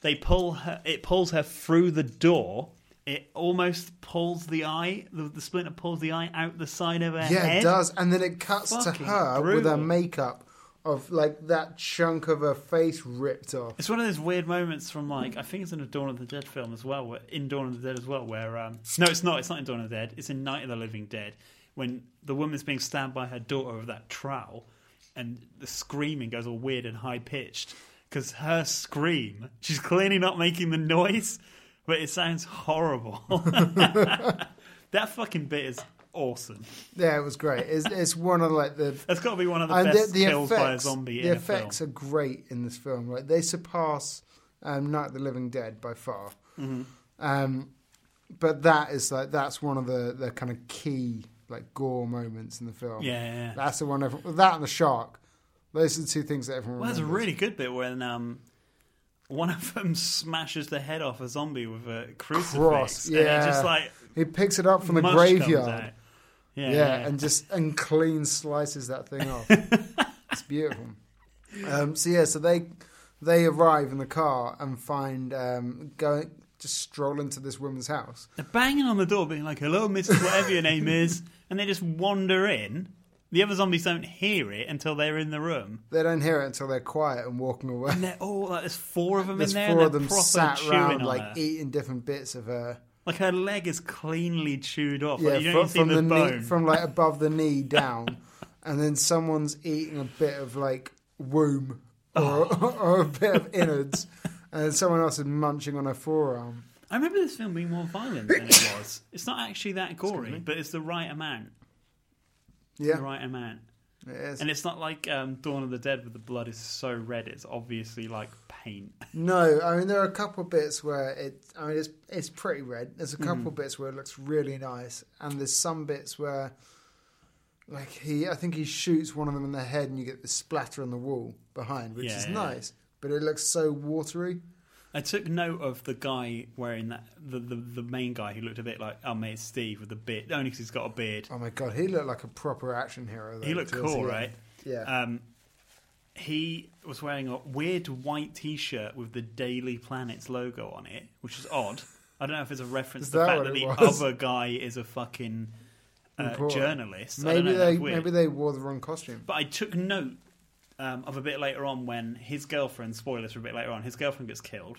they pull her. It pulls her through the door, it almost pulls the eye, the, the splinter pulls the eye out the side of her Yeah, head. it does. And then it cuts to Fucking her with her brutal. makeup of like that chunk of her face ripped off. It's one of those weird moments from like I think it's in a Dawn of the Dead film as well, where, in Dawn of the Dead as well, where um, no, it's not. It's not in Dawn of the Dead. It's in Night of the Living Dead when the woman's being stabbed by her daughter with that trowel, and the screaming goes all weird and high pitched because her scream, she's clearly not making the noise, but it sounds horrible. that fucking bit is awesome. Yeah, it was great. It's, it's one of like the That's got to be one of the and the, best the kills effects. by a zombie the in a film. effects are great in this film. Like they surpass um, Night of the Living Dead by far. Mm-hmm. Um, but that is like that's one of the, the kind of key like gore moments in the film. Yeah, yeah, yeah. that's the one. Everyone, that and the shark. Those are the two things that everyone. Well, that's a remembers. really good bit when um, one of them smashes the head off a zombie with a crucifix, Cross, and it yeah. just like He picks it up from the mush graveyard. Comes out. Yeah, yeah, yeah. and just and clean slices that thing off. it's beautiful. Um, so yeah, so they they arrive in the car and find um, going just stroll into this woman's house. they're banging on the door, being like, "Hello, Miss whatever your name is," and they just wander in. The other zombies don't hear it until they're in the room. They don't hear it until they're quiet and walking away. And they're all like, there's four of them There's in there. four of and they're them proper sat chewing round on like her. eating different bits of her. like her leg is cleanly chewed off. Yeah, like, you fro- don't from, even see the, knee, bone. from like above the knee down, and then someone's eating a bit of like womb or, Oh. or a bit of innards, and then someone else is munching on her forearm. I remember this film being more violent than it was. It's not actually that gory, but it's the right amount. Yeah, The right amount. it is. And it's not like um, Dawn of the Dead, where the blood is so red; it's obviously like paint. No, I mean there are a couple of bits where it. I mean it's it's pretty red. There's a Hmm. couple of bits where it looks really nice, and there's some bits where, like he, I think he shoots one of them in the head, and you get the splatter on the wall behind, which Yeah, is yeah, yeah. nice. But it looks so watery. I took note of the guy wearing that, the, the the main guy who looked a bit like oh mate it's Steve with the beard, only because he's got a beard. Oh my god, he looked like a proper action hero. Though, He looked towards the cool, end. right? Yeah, Um, he was wearing a weird white T-shirt with the Daily Planet's logo on it, which is odd. I don't know if it's a reference Is to the that fact what that it the was? other guy is a fucking uh, Reporter. journalist. I don't maybe know, that's they weird. maybe they wore the wrong costume. But I took note um, of a bit later on when his girlfriend, spoilers for a bit later on, his girlfriend gets killed,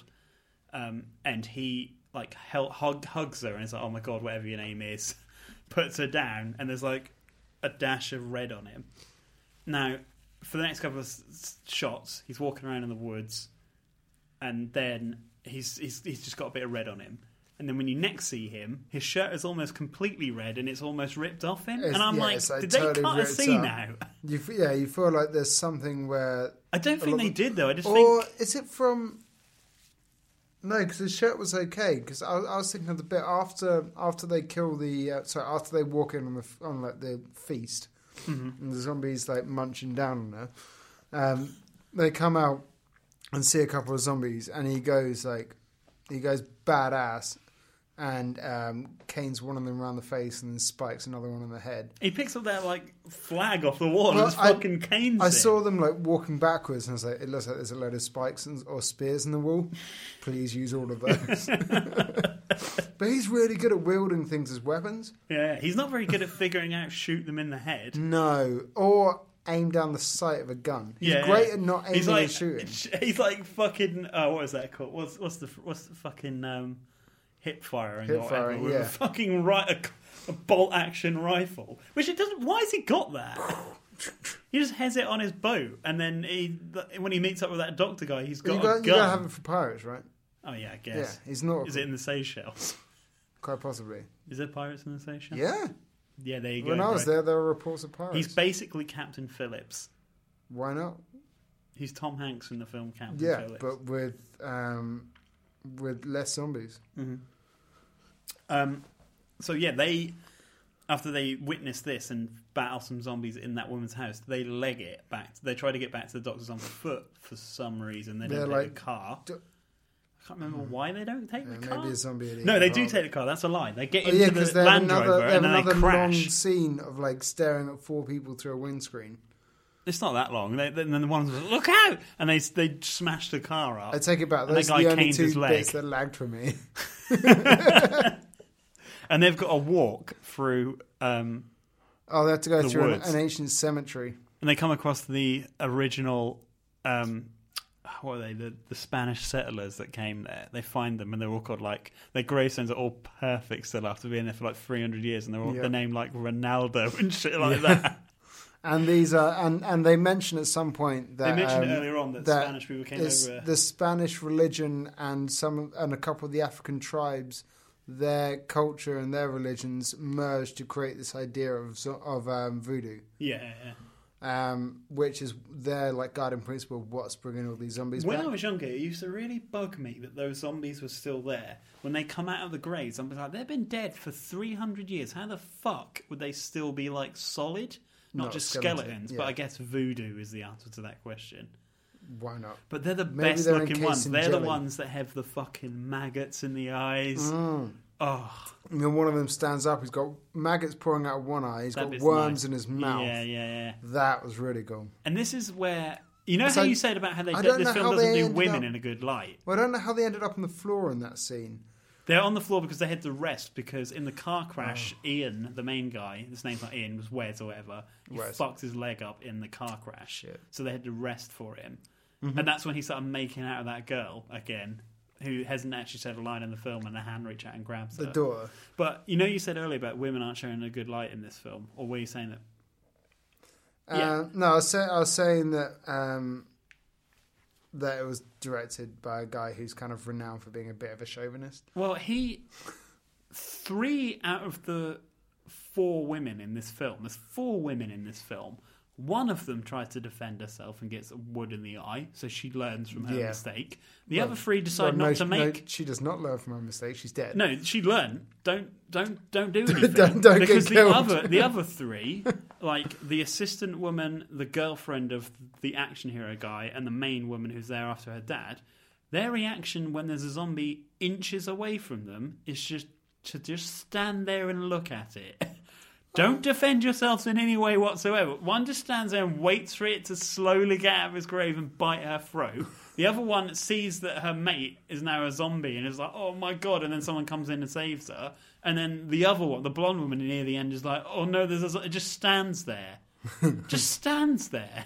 um, and he like hel- hug- hugs her and is like, "Oh my god, whatever your name is," puts her down, and there's like a dash of red on him. Now, for the next couple of s- s- shots, he's walking around in the woods, and then he's, he's he's just got a bit of red on him. And then when you next see him, his shirt is almost completely red and it's almost ripped off him. It's- and I'm yeah, like, it's, like, did they totally cut a ripped scene up." out? You f- yeah, you feel like there's something where I don't A think lot they of- did though. I just Or think is it from? No, because his shirt was okay. Because I, I was thinking of the bit after after they kill the uh, sorry after they walk in on the f- on like the feast Mm-hmm. and the zombies like munching down on her. Um, they come out and see a couple of zombies, and he goes like he goes badass, and um, canes one of them around the face, and then spikes another one on the head. he picks up that like flag off the wall Well, and just I- fucking canes I it. saw them like walking backwards, and I was like, "It looks like there's a load of spikes and, or spears in the wall. Please use all of those." but he's really good at wielding things as weapons. Yeah, he's not very good at figuring out shoot them in the head. Mm, No, or aim down the sight of a gun. He's yeah, great yeah. at not aiming he's like, and shooting. He's like fucking. Oh, what is that called? What's what's the what's the fucking um, hip firing? Hip or whatever firing, with yeah. a fucking right a, a bolt action rifle, which it doesn't. Why has he got that? He just has it on his boat, and then he when he meets up with that doctor guy, he's got You a got, you gun. gotta have it for pirates, right? Oh yeah, I guess. Yeah, he's not Is it in the Seychelles? quite possibly. Is there pirates in the Seychelles? Yeah, Yeah, there you go. when I was right. there, there were reports of pirates. he's basically Captain Phillips. Why not? He's Tom Hanks in the film Captain Yeah, Phillips. but with um, with less zombies. Um, so yeah, they after they witness this and battle some zombies in that woman's house, they leg it back. They try to get back to the doctors on foot for some reason. They don't They're take like- the car. Do- I can't remember why they don't take Yeah, the car. maybe a zombie. had Oh No, eaten they the do bar- take the car. That's a lie. They get Oh, into yeah, the because they have Land another, Rover they have and then another they long crash. scene of like staring at four people through a windscreen. It's not that long. They, then the one was like, look out, and they they smashed the car up. I take it back. And Those the are guy the only caned two his leg. bits that lagged for me. and they've got a walk through, um, Oh, they have to go The through an, woods. an ancient cemetery. and they come across the original. Um, what are they? The, the Spanish settlers that came there. They find them, and they're all called like their gravestones are all perfect still after being there for like three hundred years, and they're all Yeah. they're named like Ronaldo and shit like that. And these are, and, and they mention at some point that They mentioned it um, earlier on that, Spanish people came it's over. The Spanish religion and some and a couple of the African tribes, their culture and their religions merged to create this idea of so- of um, voodoo, yeah, yeah, yeah. um, which is their like guiding principle of what's bringing all these zombies When I back. was younger, it used to really bug me that those zombies were still there. When they come out of the graves, I'm like, they've been dead for 300 years. How the fuck would they still be like solid? Not, Not just skeleton, skeletons, yeah. but I guess voodoo is the answer to that question. Why not? But they're the Maybe best they're looking encased ones. in They're the jelly. ones that have the fucking maggots in the eyes. Mm. Oh, And then one of them stands up. He's got maggots pouring out of one eye. He's that got bit's worms nice. in his mouth. Yeah, yeah, yeah. That was really cool. And this is where. You know So- how you said about how they I don't, don't this know film how doesn't they do ended women up- in a good light? Well, I don't know how they ended up on the floor in that scene. They're on the floor because they had to rest because in the Oh. car crash, Ian, the main guy, his name's not Ian, was Wes or whatever, he Wes. fucked his leg up in the car crash. Shit. Mm-hmm. So they had to rest for him. And that's when he started making out of that girl again, who hasn't actually said a line in the film, and a hand reaches out and grabs The her. daughter. But you know, you said earlier about women aren't shown a good light in this film, or were you saying that? Yeah. Uh, no, I was, say, I was saying that um, that it was directed by a guy who's kind of renowned for being a bit of a chauvinist. Well, he. Three out of the four women in this film, there's four women in this film. One of them tries to defend herself and gets a wood in the eye, so she learns from her Yeah. mistake. The other three decide Well, not no, to no, make. she does not learn from her mistake. She's dead. No, she learned. Don't don't don't do anything. Don't- don't get because the killed. other the other three, like the assistant woman, the girlfriend of the action hero guy, and the main woman who's there after her dad, their reaction when there's a zombie inches away from them is just to just stand there and look at it. Don't defend yourselves in any way whatsoever. One just stands there and waits for it to slowly get out of his grave and bite her throat. The other one sees that her mate is now a zombie and is like, oh my god, and then someone comes in and saves her. And then the other one, the blonde woman near the end, is like, oh no, there's a zo-" It just stands there. just stands there.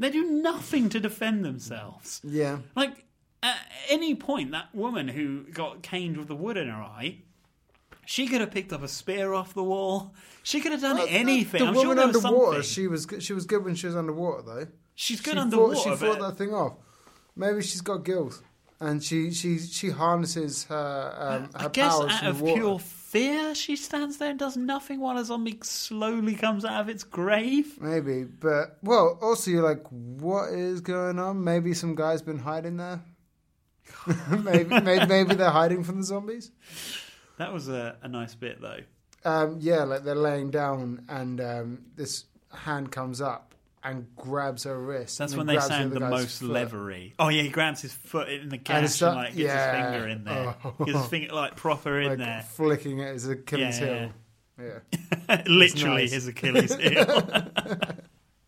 They do nothing to defend themselves. Yeah. Like, at any point, that woman who got caned with the wood in her eye, she could have picked up a spear off the wall. She could have done anything. Uh, The I'm sure woman there was something. underwater. She was good- she was good when she was underwater though. She's She good fought- underwater. she but fought that thing off. Maybe she's got gills, and she she she harnesses her um, her I guess powers out from of the water. pure fear, she stands there and does nothing while a zombie slowly comes out of its grave. Maybe, but well, also you're like, what is going on? Maybe some guy's been hiding there. maybe, maybe, maybe they're hiding from the zombies. That was a, a nice bit, though. Um, yeah, like they're laying down, and um, this hand comes up and grabs her wrist. That's and when then they grabs sound other the guy's most foot. levery. Oh yeah, he grabs his foot in the And gash it's and, that- like gets yeah. his finger in there, Oh. gets his finger like proper in Like there. flicking it as a Achilles Yeah, yeah, heel. Yeah. literally nice. his Achilles heel.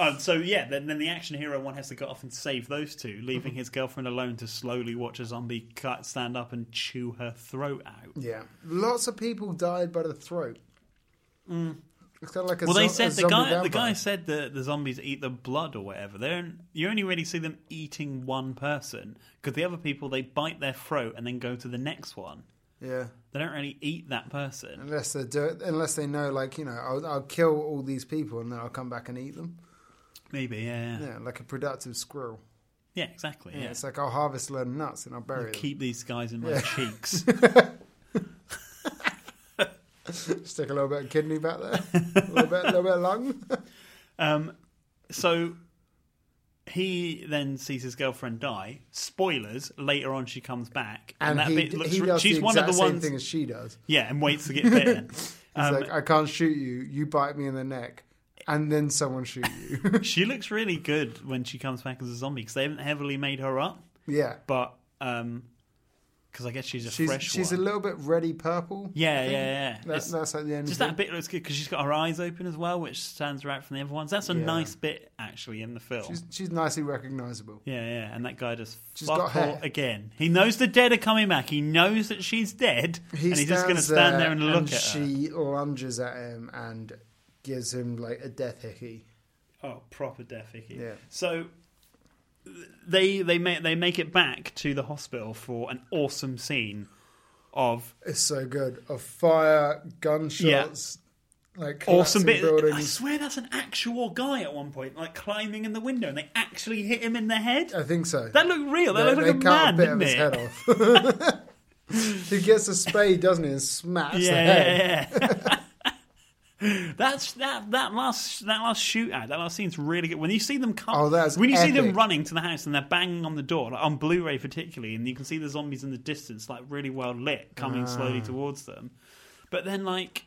um, so yeah, then, then the action hero one has to go off and save those two, leaving Mm-hmm. his girlfriend alone to slowly watch a zombie cut, stand up and chew her throat out. yeah. Lots of people died by the throat. It's kind of like Mm. a Well, they zo- said a the zombie guy the vampire. guy said the the zombies eat the blood or whatever. They don't, you only really see them eating one person because the other people they bite their throat and then go to the next one. Yeah. They don't really eat that person. Unless they do, unless they know, like you know, I'll, I'll kill all these people and then I'll come back and eat them. Maybe yeah yeah, Yeah, like a productive squirrel. Yeah, exactly Yeah, yeah. it's like I'll harvest learn nuts and I'll bury them. Keep these guys in my cheeks. Stick a little bit of kidney back there, a little bit, a little bit of lung. Um, so he then sees his girlfriend die. Spoilers. Later on, she comes back, and, that he, bit looks. he re- does she's the one of the exact same ones. thing as she does. Yeah, and waits to get bitten. It's um, like I can't shoot you. You bite me in the neck, and then someone shoot you. she looks really good when she comes back as a zombie because they haven't heavily made her up, yeah, but because because um, I guess she's a She's fresh she's one. a little bit reddy purple. yeah, yeah, yeah. That, It's- that's at the end. just of that bit looks good because she's got her eyes open as well, which stands her out from the other ones. That's a Yeah. nice bit actually in the film. it. She's, she's nicely recognizable. Yeah, yeah, and that guy does She's fuck got hair. all again. He knows the dead are coming back. He knows that she's dead, He and he's just going to stands stand there and look at She lunges at him and gives him like a death hickey. her. Oh, proper death icky. Yeah. So th- they they make they make it back to the hospital for an awesome scene of It's so good. Of fire, gunshots, like awesome collapsing bit. I buildings. swear that's an actual guy at one point, like climbing in the window, and they actually hit him in the head. I think so. That looked real. That Uh, they, looked they like a cut man, a bit didn't of his it? head off. he gets a spade, doesn't he, and smacks the head. yeah, yeah, yeah. That's that that last that last shootout, that last scene's really good. When you see them come, Oh, that's when you see them epic. running to the house and they're banging on the door, like on Blu-ray particularly, and you can see the zombies in the distance, like really well lit, coming Ah. slowly towards them. But then, like,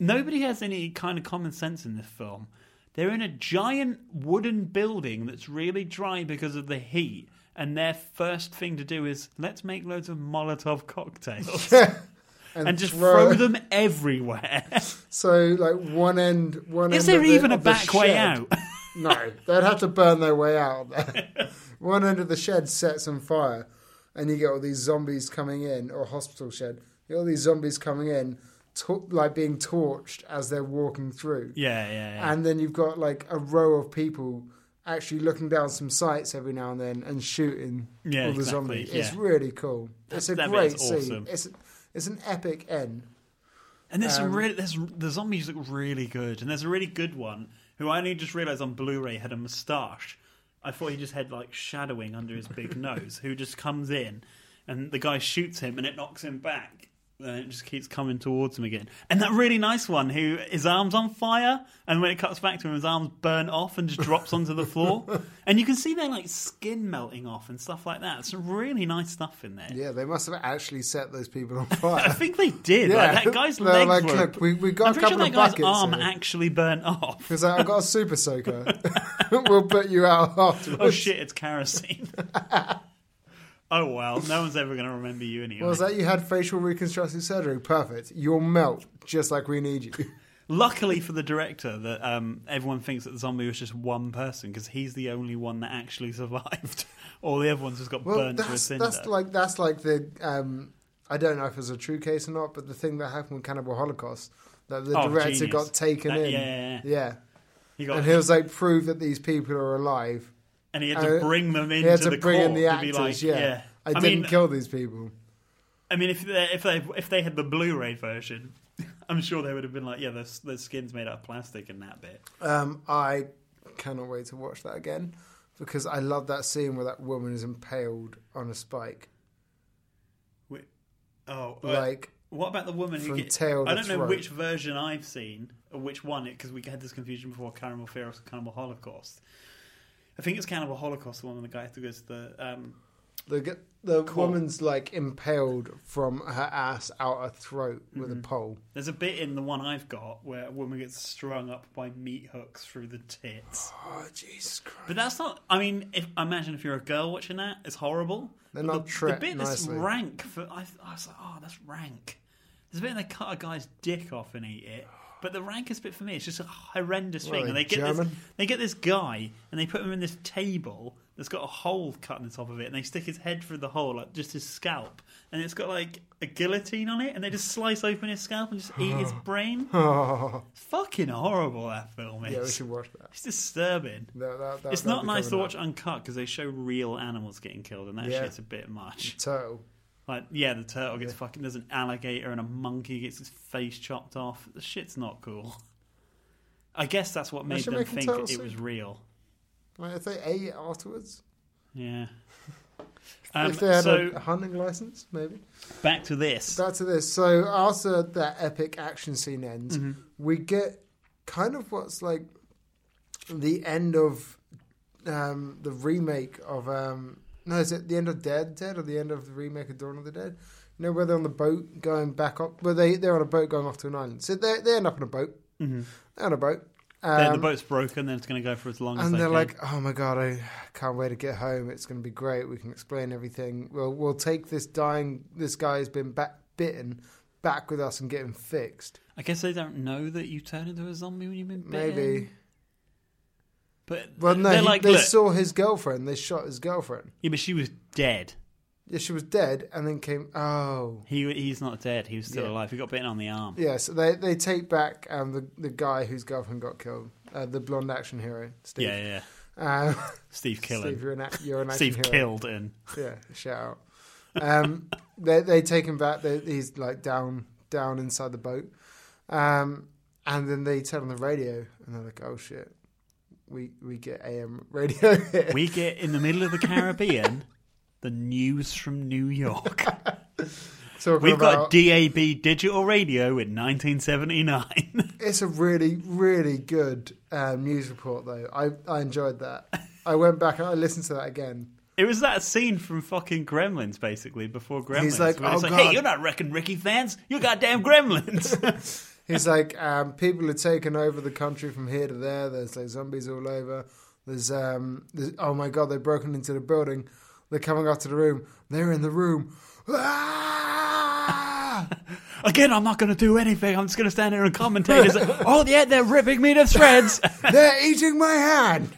nobody has any kind of common sense in this film. They're in a giant wooden building that's really dry because of the heat, and their first thing to do is let's make loads of Molotov cocktails and just throw them everywhere. So, like one end, one. Is end there of the- even a of the back way shed- out? No, they'd have to burn their way out. One end of the shed sets on fire, and you get all these zombies coming in, or hospital shed. You get all these zombies coming in, to- like being torched as they're walking through. yeah, yeah, yeah. And then you've got like a row of people actually looking down some sights every now and then and shooting Yeah, all the exactly, zombies. It's yeah. really cool. It's a that great bit's awesome. scene. It's it's an epic end. And there's some really there's the zombies look really good, and there's a really good one who I only just realised on Blu-ray had a moustache. I thought he just had like shadowing under his big nose, who just comes in, and the guy shoots him, and it knocks him back. And it just keeps coming towards him again. And that really nice one who his arms on fire, and when it cuts back to him, his arms burn off and just drops onto the floor. And you can see their like skin melting off and stuff like that. Some really nice stuff in there. Yeah, they must have actually set those people on I fire. think they did. Yeah. Like, that guy's They're legs like, were. "Look, we- we got I'm a pretty couple sure of that guy's buckets arm here." actually burnt off. Because I've got a super soaker. we'll put you out afterwards. Oh shit! It's kerosene. oh well, no one's ever going to remember you anyway. What was that? You had facial reconstructive surgery. Perfect. You'll melt just like we need you. Luckily for the director, that um, everyone thinks that the zombie was just one person because he's the only one that actually survived. All the other ones just got Well, burnt to a that's cinder. that's like that's like the um, I don't know if it's a true case or not, but the thing that happened with Cannibal Holocaust that the Oh, director genius. got taken That- in. yeah, yeah, he got, and he was like, prove that these people are alive. and he had to uh, bring them He into had to the bring in court the to actors. be like, yeah. I, didn't mean, kill these people. I mean, if they, if they if they had the Blu-ray version, I'm sure they would have been like, yeah, the the skin's made out of plastic and that bit. Um, I cannot wait to watch that again because I love that scene where that woman is impaled on a spike, Wh- Oh, uh, like what about the woman who from gets? tail to I don't know throat. which version I've seen or which one, because we had this confusion before Cannibal Ferox and Cannibal Holocaust. I think it's Cannibal Holocaust, the one where the guy who goes to the. Um, the g- the Cool. woman's like impaled from her ass out her throat with a pole. there's a bit in the one I've got where a woman gets strung up by meat hooks through the tits. Oh Jesus Christ! But that's not. I mean, if I imagine if you're a girl watching that, it's horrible. They're But not the, the treated bit that's nicely. rank for. I, I was like, oh, that's rank. There's a bit where they cut a guy's dick off and eat it. But the rankest bit for me, it's just a horrendous What thing. are And they, they get this, German? they get this guy and they put him in this table that's got a hole cut in the top of it, and they stick his head through the hole, like just his scalp, and it's got like a guillotine on it, and they just slice open his scalp and just eat his brain. Oh, It's fucking horrible that film is. yeah, we should watch that. It's disturbing That- that- that- it's that'll not Oh, be nice to coming watch up. uncut because they show real animals getting killed, and that Yeah. shit's a bit much. Turtle. Like, yeah, the turtle gets fucking. There's an alligator and a monkey gets his face chopped off. The shit's not cool. I guess that's what made should them make a think turtle it soup. was real. Like if they ate it afterwards, Yeah. Um, if they had so a, a hunting license, maybe. back to this. Back to this. So after that epic action scene ends, we get kind of what's like the end of um, the remake of um, no, is it the end of Dead Dead or the end of the remake of Dawn of the Dead? You know where they're on the boat going back up, where they they're on a boat going off to an island. So they they end up on a boat. Mm-hmm. They're on a boat. Then the boat's broken, then it's going to go for as long as and they they're can. like, "Oh my god, I can't wait to get home. It's going to be great. We can explain everything. We'll we'll take this dying this guy who's been back bitten back with us and get him fixed. I guess they don't know that you turn into a zombie when you've been bitten. Maybe. But Well, no, um, they're he- like, they look, saw his girlfriend. They shot his girlfriend. yeah, but she was dead. Yeah, she was dead, and then came. Oh, He he's not dead. He was still Yeah. alive. He got bitten on the arm. yeah. So they they take back um, the the guy whose girlfriend got killed. Uh, the blonde action hero, Steve. Yeah, yeah. yeah. Um, Steve Steve, killing. you're an, ac- you're an action Steve hero. killed and Yeah, shout out. Um, they they take him back. They, he's like down down inside the boat, um, and then they turn on the radio, and they're like, "Oh shit, we we get AM radio here." we get in the middle of the Caribbean. the news from New York. Talking We've got about- DAB digital radio in 1979. it's a really really good um, news report though. I I enjoyed that. I went back and I listened to that again. it was that scene from fucking Gremlins, basically before Gremlins. like, where it's "Oh, like, hey, God." you're not wrecking Ricky fans. You're goddamn Gremlins. He's like, um, people are taking over the country from here to there. There's like zombies all over. There's, um, there's oh my god, they've broken into the building. They're coming up to the room. They're in the room. Ah! Again, I'm not going to do anything. I'm just going to stand here and commentate. It's like, oh yeah, they're ripping me to shreds. They're eating my hand.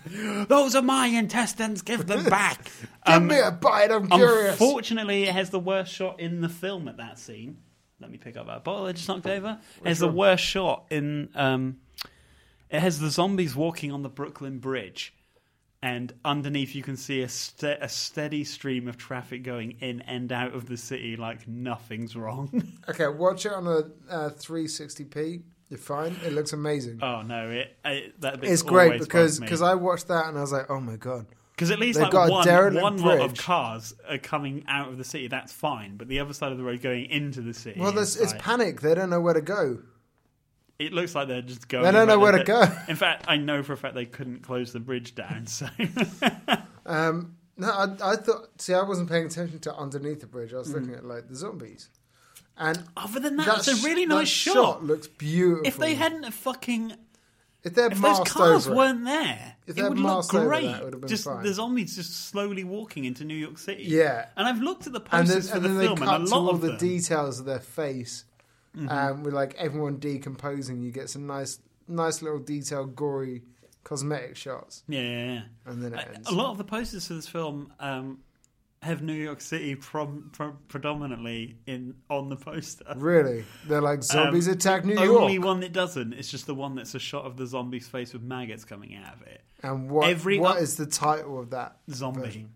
Those are my intestines. Give them back. Give Um, me a bite. I'm curious. Unfortunately, it has the worst shot in the film at that scene. Let me pick up that bottle I just knocked over. It has the worst shot in. Um, it has the zombies walking on the Brooklyn Bridge, and underneath you can see a, ste- a steady stream of traffic going in and out of the city like nothing's wrong. okay, watch it on a uh, 360p. You're fine. It looks amazing. oh no, it, it that bit's it's great always because bugged me. cause I watched that and I was like, oh my god. Because at least They've like got a one, derelict one lot of bridge. cars are coming out of the city. That's fine, but the other side of the road going into the city. Well, is there's, it's like- panic. They don't know where to go. it looks like they're just going. They in don't know fact, where to they- go. In fact, I know for a fact they couldn't close the bridge down. So Um, no, I, I thought. See, I wasn't paying attention to underneath the bridge. I was looking at like the zombies, and other than Hmm. that, that it's a sh- really that nice shot. Looks beautiful. If they hadn't have fucking, if they're if those masked cars over it. weren't there, If it they're would look masked over, great. that would have been just fine. the zombies just slowly walking into New York City. Yeah. and I've looked at the and then, posters for and the then film, they and cut a to lot all of the them. Mm-hmm. details of their face, um, with like everyone decomposing. You get some nice, nice little detailed, gory cosmetic shots, yeah, yeah, yeah. and then it ends. A lot of the posters for this film um, have New York City prom- pro- predominantly in on the poster. Really, they're like zombies attack New Um, only York, one that doesn't. It's just the one that's a shot of the zombie's face with maggots coming out of it. and what? every what up- is the title of that Zombie. version?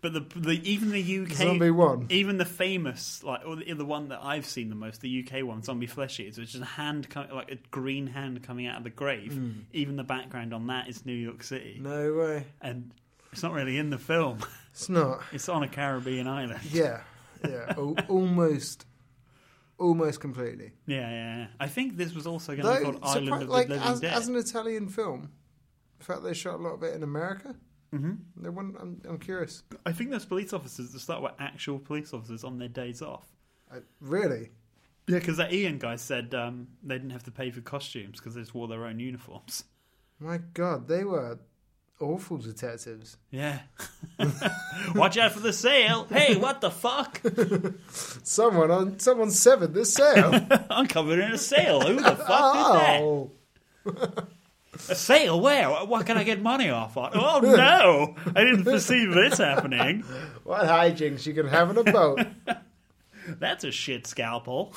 But the, the even the UK Zombie one. even the famous like or the, the one that I've seen the most, the UK one, Zombie Flesh Eaters, which is a hand com- like a green hand coming out of the grave. Hmm. Even the background on that is New York City, No way, and it's not really in the film. it's not. It's on a Caribbean island. Yeah, yeah, al- almost, almost completely. Yeah, yeah, yeah. I think this was also going to be called surpri- Island of like the Living as, Dead. as an Italian film, the fact they shot a lot of it in America. Mm-hmm. They wouldn't, I'm, I'm curious. I think those police officers at the start were actual police officers on their days off. I, really, Yeah, because that Ian guy said um, they didn't have to pay for costumes because they just wore their own uniforms. my God, they were awful detectives. Yeah. Watch out for the sale. Hey, what the fuck? Someone on someone severed this sale. I'm covered in a sale. Who the fuck did that? oh, A sale? Where? What can I get money off on? Oh, no. I didn't foresee this happening. what hijinks you can have in a boat. That's a shit scalpel.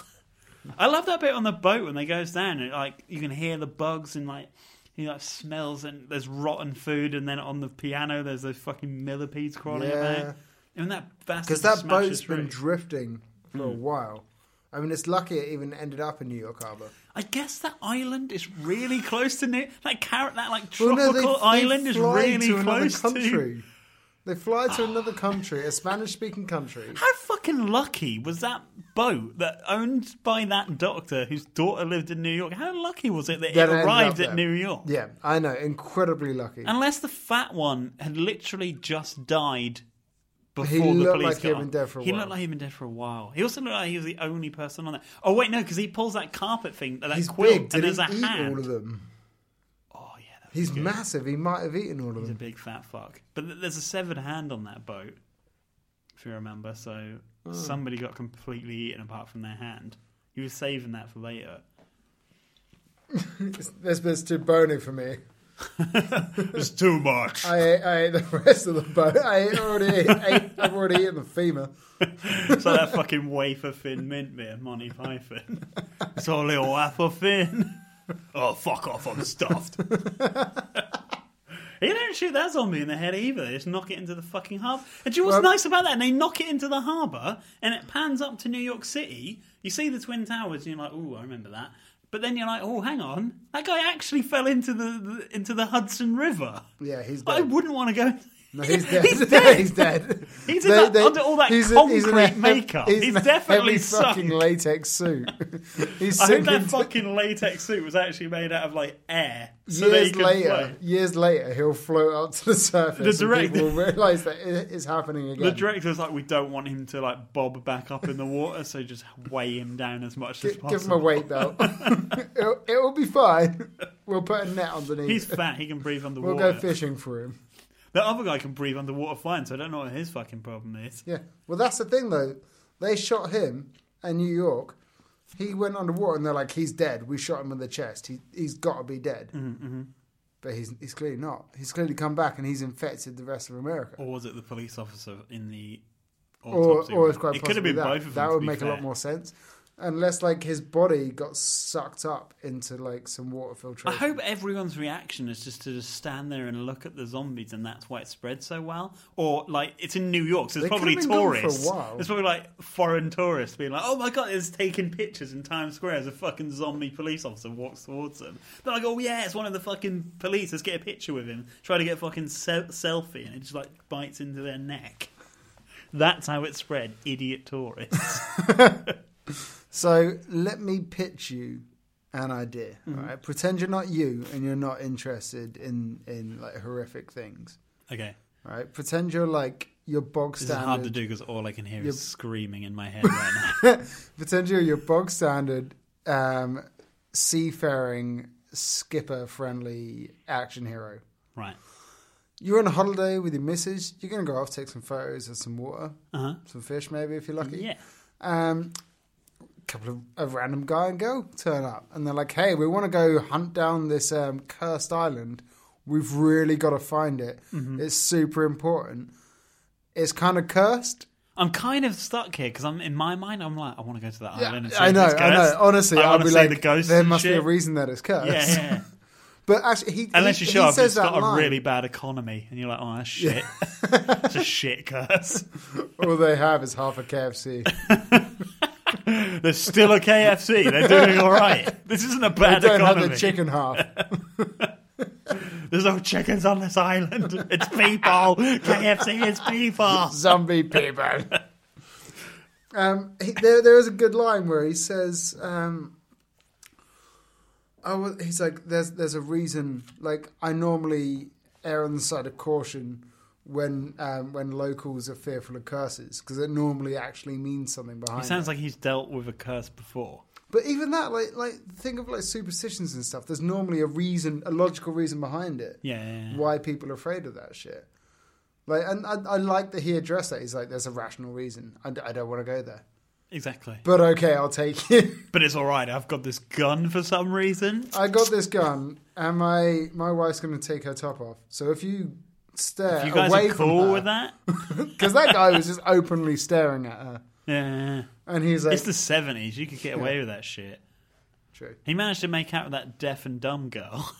I love that bit on the boat when they goes down and like you can hear the bugs and like you know like, smells and there's rotten food and then on the piano there's those fucking millipedes crawling Yeah. about. And that Because because that boat's through. been drifting for Hmm. a while. I mean, it's lucky it even ended up in New York Harbor. I guess that island is really close to New like carrot that like Well, tropical no, they- they island is fly really another close to. country. They fly to another country, a Spanish-speaking country. How fucking lucky was that boat that owned by that doctor whose daughter lived in New York? How lucky was it that it That ended up arrived there. at New York? Yeah, I know. Incredibly lucky. Unless the fat one had literally just died before He the looked police like got he'd on. been dead for a He while. looked like he'd been dead for a while. He also looked like he was the only person on there. Oh wait, no, because he pulls that carpet thing, that He's quilt, big. Did and he there's a eat hand. all of them? Oh, He's massive. He might have eaten all of He's a them. big fat fuck. But th- there's a severed hand on that boat, if you remember. So Hmm. somebody got completely eaten apart from their hand. He was saving that for later. This bit's too bony for me. It's too much. I ate, I ate the rest of the bone. I ate- already ate, ate, I've already eaten the femur. it's like that fucking wafer thin mint beer, Monty Python. It's all little wafer thin. Oh, fuck off, I'm stuffed. You don't shoot that zombie in the head either. They just knock it into the fucking harbour. And do you know what's Well- nice about that? And they knock it into the harbour, and it pans up to New York City. You see the Twin Towers, and you're like, "Ooh, I remember that." But then you're like, "Oh, hang on, that guy actually fell into the, the into the Hudson River." Yeah, he's I dead. wouldn't want to go. No, he's dead. He's dead. he's dead. He's in that- under all that he's in- he's in concrete a- makeup. He's in a definitely heavy fucking sunk. latex suit. he's I hope sinking that fucking latex suit was actually made out of like air. So that he years could later, float. years later, he'll float up to the surface. The and director- people will realize that it is happening again. The director was like, we don't want him to like bob back up in the water, so just weigh him down as much as Gi- possible. Give him a weight belt. it'll, it'll be fine. We'll put a net underneath. He's fat. He can breathe underwater. we'll go fishing for him. The other guy can breathe underwater fine, so I don't know what his fucking problem is. Yeah. Well, that's the thing though. They shot him in New York. He went underwater, and they're like, "He's dead. We shot him in the chest. He, he's got to be dead." Mm-hmm. But he's he's clearly not. He's clearly come back, and he's infected the rest of America. Or was it the police officer in the Or, autopsy? or room? it's quite it could have possibly been that. both of them. That to would be make a lot fair. more sense, unless like his body got sucked up into like some water I filtration. hope everyone's reaction is just to just stand there and look at the zombies, and that's why it spread so well. Or like it's in New York, so it's They could've probably been gone for a tourists. while. It's probably like foreign tourists being like, "Oh my god, it's taking pictures in Times Square as a fucking zombie police officer walks towards them." They're like, "Oh yeah, it's one of the fucking police. Let's get a picture with him." Try to get a fucking se- selfie, and it just like bites into their neck. That's how it spread, idiot tourists. So let me pitch you an idea. Mm-hmm. all right? Pretend you're not you, and you're not interested in in like horrific things. okay, All right. Pretend you're like your bog this is hard to standard. do because all I can hear Yep. is screaming in my head right now. Pretend you're your bog standard um, seafaring skipper friendly action hero. right. You're on a holiday with your missus. You're gonna go off, take some photos of some water, Uh huh. some fish, maybe if you're lucky. Yeah. um, couple of a random guy and girl turn up, and they're like, "Hey, we want to go hunt down this um, cursed island. We've really got to find it. Mm-hmm. It's super important. It's kind of cursed. I'm kind of stuck here because I'm in my mind. I'm like, I want to go to that island. And see I if know, it's I know. cursed. Honestly, I I wanna will be see like, the ghosts there and must be a shit." reason that it's cursed. Yeah, yeah, yeah. But actually, he Unless he, you show he up, says it's that got a line, really bad economy, and you're like, oh, that's shit. it's a shit curse. All they have is half a KFC. There's still a KFC. They're doing all right. This isn't a they bad don't economy. have the chicken half. There's no chickens on this island. It's people. KFC is people. zombie people. um, he, there, there is a good line where he says, um, "Oh, well, he's like, there's, there's a reason. Like, I normally err on the side of caution when, um, when locals are fearful of curses because it normally actually means something behind." It sounds like he's dealt with a curse before. but even that, like, like think of like superstitions and stuff. There's normally a reason, a logical reason behind it Yeah. yeah, yeah. why people are afraid of that shit. Like, and I, I like that he addressed that. He's like, there's a rational reason. I, d- I don't want to go there. Exactly. But okay, I'll take it. But it's all right. I've got this gun for some reason. I got this gun, and my, my wife's going to take her top off. So if you stare You guys Uh, away are from cool her, with that? Because that guy was just openly staring at her. Yeah, yeah. yeah. And he's like, It's the 70s. You could get away with that shit. true. He managed to make out with that deaf and dumb girl.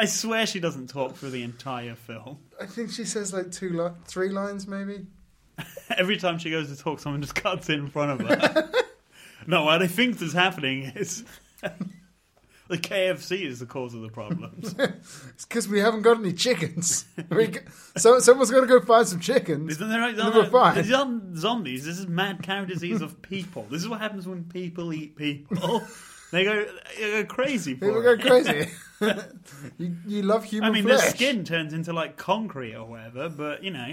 I swear she doesn't talk for the entire film. I think she says like two, li- three lines maybe. Every time she goes to talk, someone just cuts in front of her. no, what I think is happening is the KFC is the cause of the problems. It's because we haven't got any chickens. we g- so someone's got to go find some chickens. Isn't there, They were fine. These aren't zombies. This is mad cow disease of people. This is what happens when people eat people. They go, they go crazy. For People it. go crazy. you, you love human I mean, flesh. their skin turns into like concrete or whatever, but you know,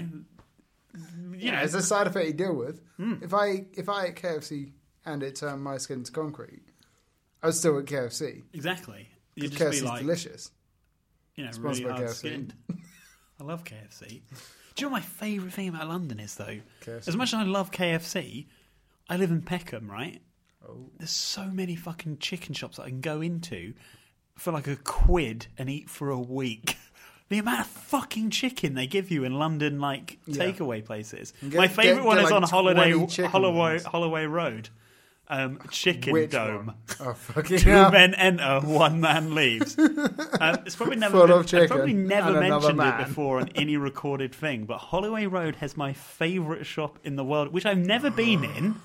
you Yeah, know, Hmm. it's a side effect you deal with. If I if I ate KFC and it turned my skin to concrete, I I was still at KFC. Exactly. You'd just KFC's be like, delicious. you know, really Sponsored by hard KFC. skinned. I love KFC. Do you know what my favourite thing about London is though? KFC. As much as I love KFC, I live in Peckham, right? Oh. There's so many fucking chicken shops that I can go into for like a quid and eat for a week. The amount of fucking chicken they give you in London, like takeaway places. get- My favourite get- one get, is like, on 20 Holiday chicken Holloway, ones. Holloway Road, um, Chicken Which Dome. one? Oh, fucking Two hell. men enter, one man leaves. Um, it's probably never Full been- of I've probably chicken never and another mentioned it man. before on any recorded thing, but Holloway Road has my favourite shop in the world, which I've never been in.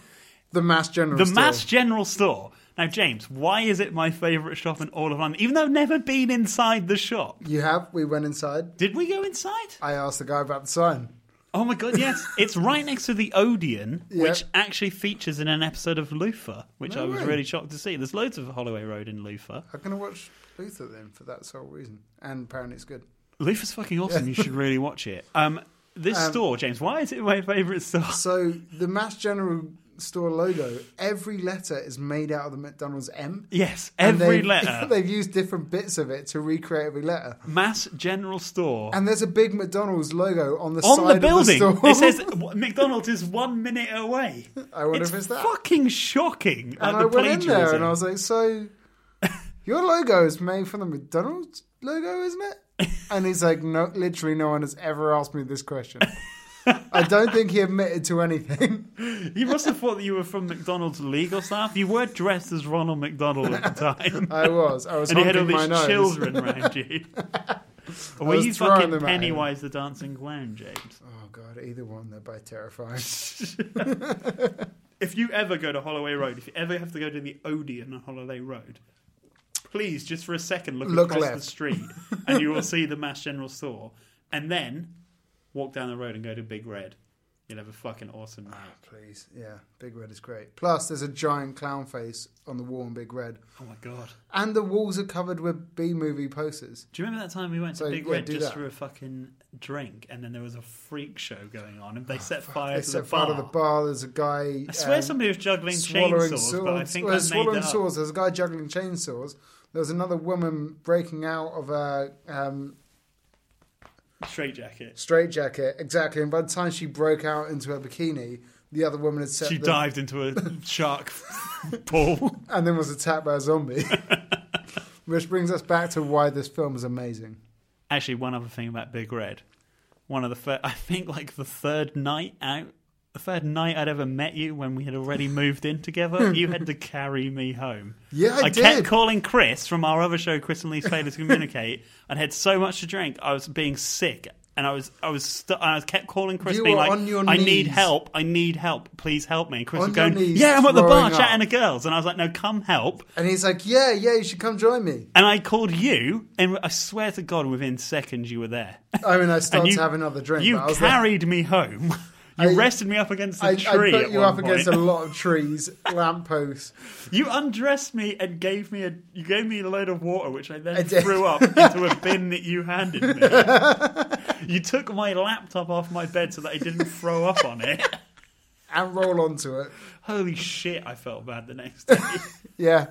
The Mass General The Store. Mass General Store. Now, James, why is it my favourite shop in all of London? Even though I've never been inside the shop. You have? We went inside. Did we go inside? I asked the guy about the sign. Oh my god, yes. it's right next to the Odeon, Yeah. which actually features in an episode of Lufa, which No I was way. really shocked to see. There's loads of Holloway Road in Lufa. I'm going to watch Luther then for that sole reason. And apparently it's good. Lufa's fucking awesome. You should really watch it. Um, this store, James, why is it my favourite store? So the Mass General Store logo, every letter is made out of the McDonald's M. Yes, And every they've- letter. They've used different bits of it to recreate every letter. Mass General Store. And there's a big McDonald's logo on the on side the building, of the store. it says w- McDonald's is one minute away. I wonder if it's that. fucking shocking. and I like the went in there and plagiarism. I was like, so your logo is made from the McDonald's logo, isn't it? And he's like, no, literally no one has ever asked me this question. I don't think he admitted to anything. You must have thought that you were from McDonald's legal staff. You were dressed as Ronald McDonald at the time. I was. I was and you had all honking my these nose. children around you. Or were was you throwing fucking them at him. Pennywise the Dancing Clown, James? Oh god, either one. They're both terrifying. if you ever go to Holloway Road, if you ever have to go to the Odeon on Holloway Road, please just for a second look, Look across the left. street and you will see the Mass General Store, and then walk down the road and go to Big Red. You'll have a fucking awesome night. Please, yeah, Big Red is great. Plus, there's a giant clown face on the wall in Big Red, Oh my god! and the walls are covered with B movie posters. Do you remember that time we went to So, Big yeah, Red do just that. for a fucking drink, and then there was a freak show going on, and they set fire Oh, They to the set fire bar. to the bar. There's a guy. I swear um, somebody was juggling swallowing chainsaws, swords. but I think well, I made swallowing that up. swords. There's a guy juggling chainsaws. There was another woman breaking out of a um, Straight jacket. straitjacket. Exactly. And by the time she broke out into her bikini, the other woman had set She the- dived into a shark pool. and then was attacked by a zombie. Which brings us back to why this film is amazing. Actually, one other thing about Big Red. One of the first, I think, like the third night out, the third night I'd ever met you when we had already moved in together, you had to carry me home. Yeah, I kept did. calling Chris from our other show, Chris and Lee's Failure to Communicate. I'd had so much to drink, I was being sick. And I was, I was, stu I was kept calling Chris, You being were like, on your "I need knees. help! I need help! Please help me!" And Chris On was your going, knees, "Yeah, I'm at the bar throwing up. chatting to girls," and I was like, "No, come help!" And he's like, "Yeah, yeah, you should come join me." And I called you, and I swear to God, within seconds you were there. I mean, Oh, I And started to have another drink. You but I was like, carried me home. You I- rested me up against a I, I tree. put at you one up against a point. lot of trees, lampposts. You undressed me and gave me a. You gave me a load of water, which I then I did. threw up into a bin that you handed me. you took my laptop off my bed so that I didn't throw up on it. and roll onto it. Holy shit! I felt bad the next day. Yeah,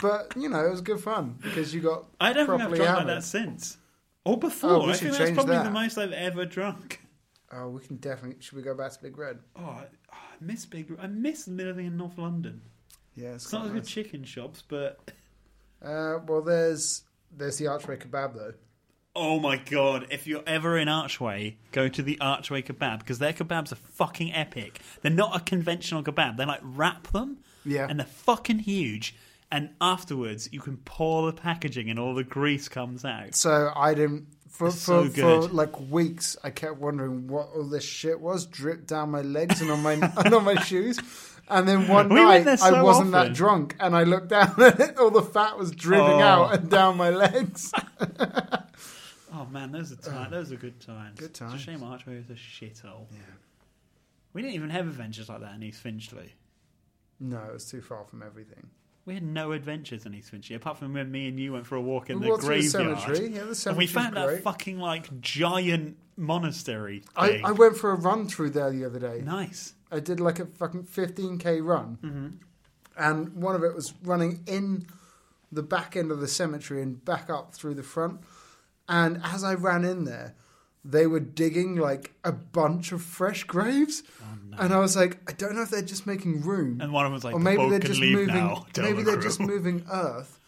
but you know it was good fun because you got I don't think I've drunk properly like hammered. that since, or before. Oh, I we should think that's change probably that. the most I've ever drunk. Oh, we can definitely. Should we go back to Big Red? Oh, I, oh, I miss big. I miss living in North London. Yeah, it's It's not as quite good nice. chicken shops, but Uh, well, there's there's the Archway Kebab though. Oh my god, if you're ever in Archway, go to the Archway kebab because their kebabs are fucking epic. They're not a conventional kebab, they like wrap them. Yeah. And they're fucking huge. And afterwards, you can pour the packaging and all the grease comes out. So I didn't for for, It's so for good. like weeks. I kept wondering what all this shit was dripped down my legs and on my and on my shoes. And then one We went night there I so wasn't often. that drunk, and I looked down and all the fat was dripping Oh. out and down my legs. Oh man, those are time. those are good times. Good times. It's a shame Archway is a shithole. Yeah. We didn't even have adventures like that in East Finchley. No, it was too far from everything. We had no adventures in East Finchley, apart from when me and you went for a walk in We the walked through the graveyard. cemetery. Yeah, the and we cemetery's found that great. fucking like giant monastery. I, thing. I went for a run through there the other day. nice. I Mm-hmm. did like a fucking 15k run, and one of it was running in the back end of the cemetery and back up through the front. And as I ran in there, they were digging like a bunch of fresh graves. And I was like, I don't know if they're just making room. Oh, And one of them's like, "The boat can leave moving now, tell maybe the they're crew." just moving earth.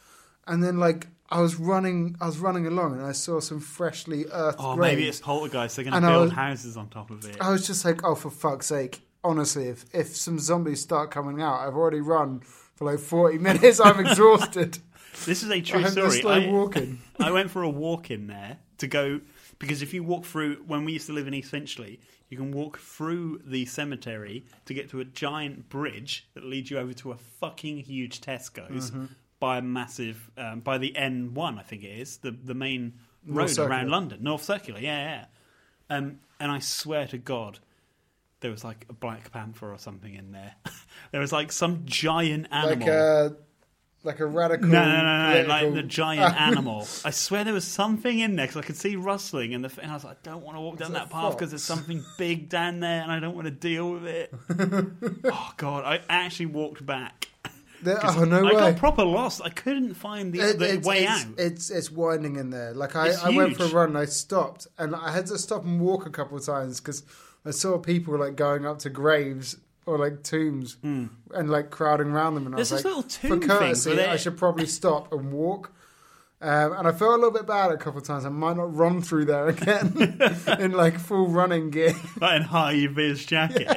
And then like I was running I was running along and I saw some freshly earthed Oh, graves. maybe it's poltergeist. They're going And to I build was- houses on top of it. I was just like, oh, for fuck's sake. Honestly, if, if some zombies start coming out, I've already run for like 40 minutes. I'm exhausted. This is a true I'm just, story. like, I, walking. I went for a walk in there to go because if you walk through when we used to live in East Finchley, you can walk through the cemetery to get to a giant bridge that leads you over to a fucking huge Tesco's Mm-hmm. by a massive um, by the N1, I think it is the the main road North Circular. around London, North Circular. Yeah, yeah. Um, and I swear to God. There was like a black panther or something in there. there was like some giant animal. Like a, like a radical. No, no, no, no, like political- Ah, the giant animal. I swear there was something in there because I could see rustling, and, the, and I was like, I don't want to walk down it a that path fox? because there's something big down there, and I don't want to deal with it. oh God, I actually walked back. There- 'Cause oh, no I way. got proper lost. I couldn't find the, It- the it's, way it's, out. It's it's winding in there. Like I, It's I went huge. for a run, I stopped, and I had to stop and walk a couple of times because I saw people like going up to graves or like tombs and like crowding around them. And Hmm. There's I was this like, little tomb for thing courtesy, where they- I should probably stop and walk. Um, and I felt a little bit bad a couple of times. I might not run through there again in like full running gear, Like in high vis jacket.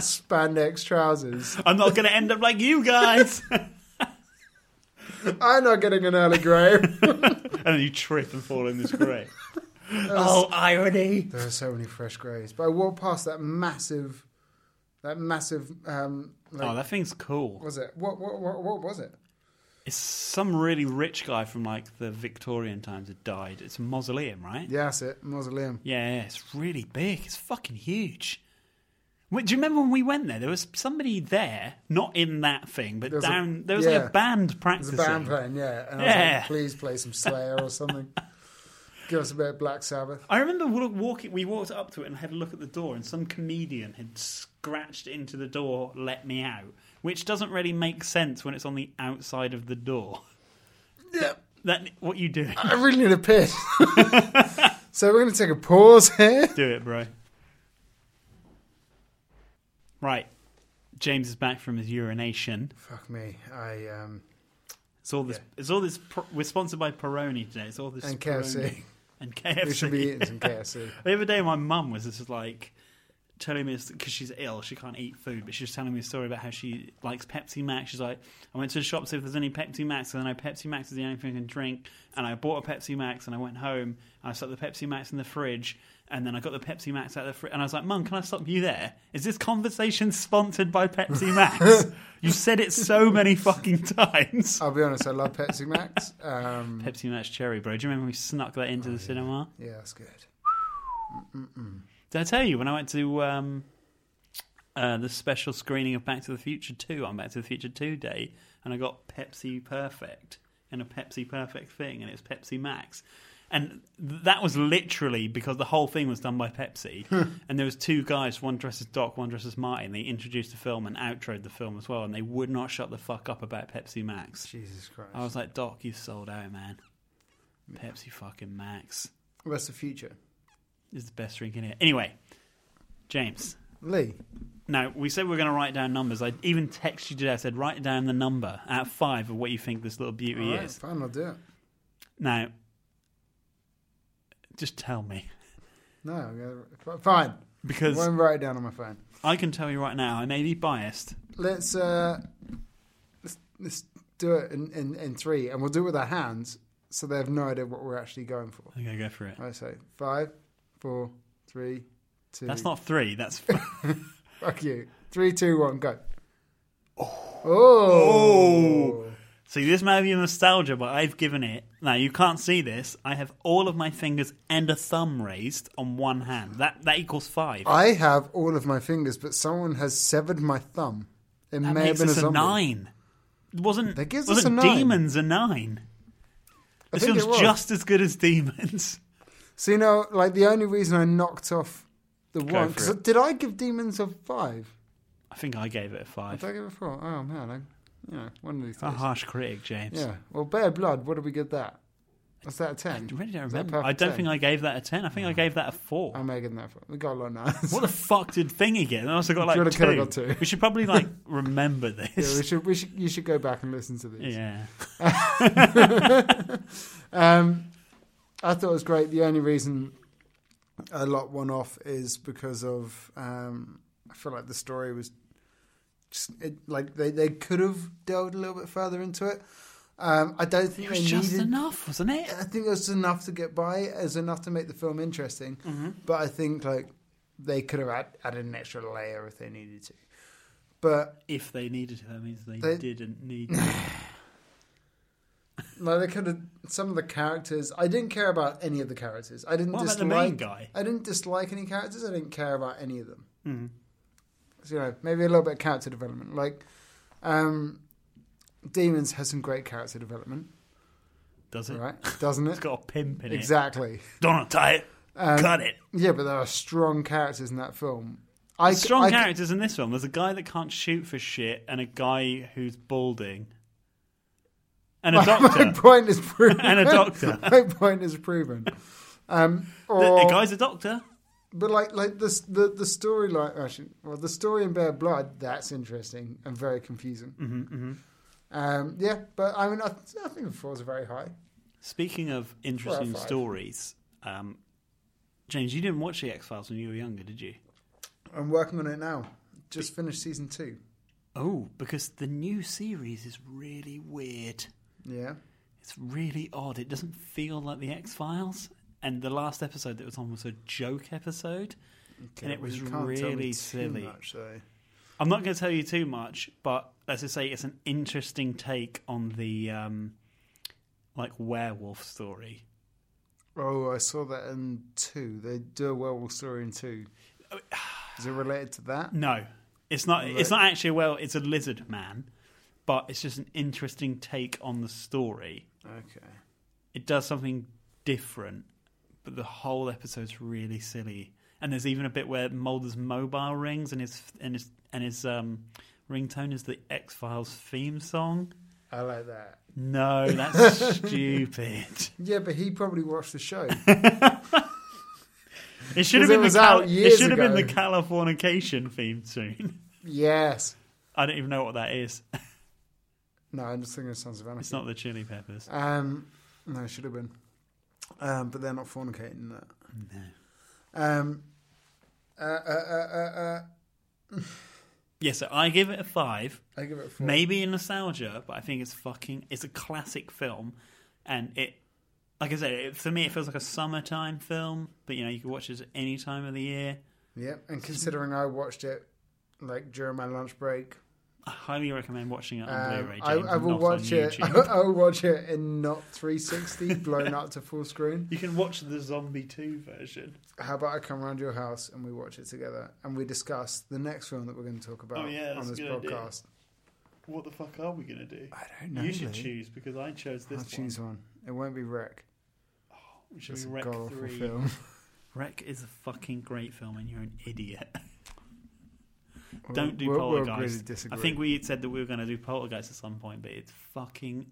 spandex trousers. I'm not going to end up like you guys. and I'm not getting an early grave. then you trip and fall in this grave. oh, irony. There are so many fresh graves. But I walked past that massive, that massive. Um, like, Oh, that thing's cool. was it? What, what? What? What was it? It's some really rich guy from like the Victorian times that died. It's a mausoleum, right? Yeah, that's it. Mausoleum. Yeah, yeah, it's really big. It's fucking huge. Wait, do you remember when we went there? There was somebody there, not in that thing, but There's a- down. there was like yeah. a band It's practicing. a band playing. Yeah. And I was Yeah. Like, Please play some Slayer or something. Give us a bit of Black Sabbath. I remember wa- walking. We walked up to it and had a look at the door, and some comedian had scratched into the door, "Let me out," which doesn't really make sense when it's on the outside of the door. Yeah. That what you doing? I really need a piss. so we're going to take a pause here. Do it, bro. Right. James is back from his urination. Fuck me. I um It's all this. It's all this. Pr- we're sponsored by Peroni today. It's all this. and KFC. Peroni and KFC. We should be eating some KFC. The other day, my mum was just like telling me because she's ill, she can't eat food, but she was telling me a story about how she likes Pepsi Max. She's like, I went to the shop to see if there's any Pepsi Max, and I know Pepsi Max is the only thing I can drink, and I bought a Pepsi Max, and I went home, and I stuck the Pepsi Max in the fridge. And then I got the Pepsi Max out of the fridge, and I was like, "Mum, can I stop you there? Is this conversation sponsored by Pepsi Max? you said it so many fucking times." I'll be honest. I love Pepsi Max. Um, Pepsi Max Cherry, bro. Do you remember we snuck that into the cinema? yeah, that's good. Did I tell you when I went to um, uh, the special screening of Back to the Future 2 on Back to the Future 2 Day and I got Pepsi Perfect and a Pepsi Perfect thing and it's Pepsi Max. And th- that was literally because the whole thing was done by Pepsi, and there was two guys, one dressed as Doc, one dressed as Marty. And they introduced the film and outroed the film as well, and they would not shut the fuck up about Pepsi Max. Jesus Christ. I was like, Doc, you sold out, man. Pepsi fucking Max What's the future? is the best drink in here. Anyway, James, Lee. Now we said we are going to write down numbers. I even texted you today. I said write down the number out of five of what you think this little beauty All right, is. fine, I'll do it. Now, just tell me No, I'm gonna- f- fine. I because won't write it down on my phone. I can tell you right now. I may be biased. Let's uh, let's, let's do it in, in, in three, and we'll do it with our hands, so they have no idea what we're actually going for. I'm going to go for it. All right, so five, four, three, two. That's not three. That's Fuck you. Three, two, one, go. Oh. see. This may be nostalgia, but I've given it. Now you can't see this. I have all of my fingers and a thumb raised on one hand. That that equals five. I have all of my fingers, but someone has severed my thumb. It that may have makes been us a a, zombie. nine. Wasn't That gives us wasn't a nine. demons a nine? I This think it film's was. just as good as Demons. So you know, like the only reason I knocked off the one for 'cause it. did I give Demons a five? I think I gave it a Did five. I give it a four? Oh man, You know, one of these A things. harsh critic, James. Yeah. Well, Bear Blood, what did we give that? Was that a 10? I really don't remember. I don't think I gave that a 10. I think I gave that a 4. I'm making that. For, we got a lot now. what the fuck did Thing again? I also got like Jordan Keller two. got two. We should probably like remember yeah, we this. should, we should, you should go back and listen to Yeah. these. Um, I thought it was great. The only reason I lot one off is because of um, I feel like the story was just, it, like they, they could have delved a little bit further into it. Um, I don't think It was they just needed. enough, wasn't it? I think it was enough to get by. It was enough to make the film interesting. Mm-hmm. But I think like they could have add, added an extra layer if they needed to. But If they needed to, that means they, They- didn't need to. like they could have some of the characters. I didn't care about any of the characters. I didn't What about dislike the main guy? Mm-hmm. I didn't dislike any characters. I didn't care about any of them. So, you know, maybe a little bit of character development. Like, um, Demons has some great character development, Does it? right? Doesn't It's it? got a pimp in it. Exactly. Don't tie it. Um, Cut it. Yeah, but there are strong characters in that film. I Strong I- characters in this film. There's a guy that can't shoot for shit and a guy who's balding. And a My doctor. point is proven. And a doctor. My point is proven. Um, The, or- the guy's a doctor. But like, like this, the the storyline. Actually, well, the story in Bear Blood that's interesting and very confusing. Mm-hmm, Um, yeah, but I mean, I, I think the four's very high. Speaking of interesting five. stories, um, James, you didn't watch The X Files when you were younger, did you? I'm working on it now. Just finished season two. Oh, because the new series is really weird. Yeah, It's really odd. It doesn't feel like The X Files. And the last episode that was on was a joke episode. and it well, was you can't tell me really too silly. much, though. I'm not going to tell you too much, but as I say, it's an interesting take on the um, like werewolf story. Oh, I saw that in two. They do a werewolf story in two. Oh, Is it related to that? No, it's not. It's not actually a well. It's a lizard man, but it's just an interesting take on the story. Okay. It does something different, but the whole episode's really silly. And there's even a bit where Mulder's mobile rings, and his and his and his um, ringtone is the X Files theme song. I like that. No, that's stupid. Yeah, but he probably watched the show. It should have 'Cause it been was the Cali- out years It should have been the ago. Californication theme tune. yes. I don't even know what that is. No, I'm just thinking of Sons of Anarchy. It's not the Chili Peppers. Um, no, it should have been. Um, but they're not fornicating that. No. Um, uh, uh, uh, uh, uh, Yeah, so I give it a five. I give it a four. Maybe in nostalgia, but I think it's fucking. It's a classic film, and it, like I said, it, for me, it feels like a summertime film. But you know, you can watch it at any time of the year. Yep, and considering I watched it like during my lunch break, I highly recommend watching it on um, Blu-ray. James, I, I will not watch on it. I, YouTube. will watch it in not 360 blown up to full screen. you can watch the Zombie Two version. How about I come round your house and we watch it together and we discuss the next film that we're going to talk about Oh, yeah, on that's a this good idea. podcast? What the fuck are we gonna do? I don't know. you should Lee. choose because I chose this I'll one. choose one. It won't be Wreck. Should It's we a Wreck god awful Three? film. Wreck is a fucking great film, and you're an idiot. We'll- Don't do we'll- we'll agree to Poltergeist. I disagree. think we had said that we were going to do Poltergeist at some point, but it's fucking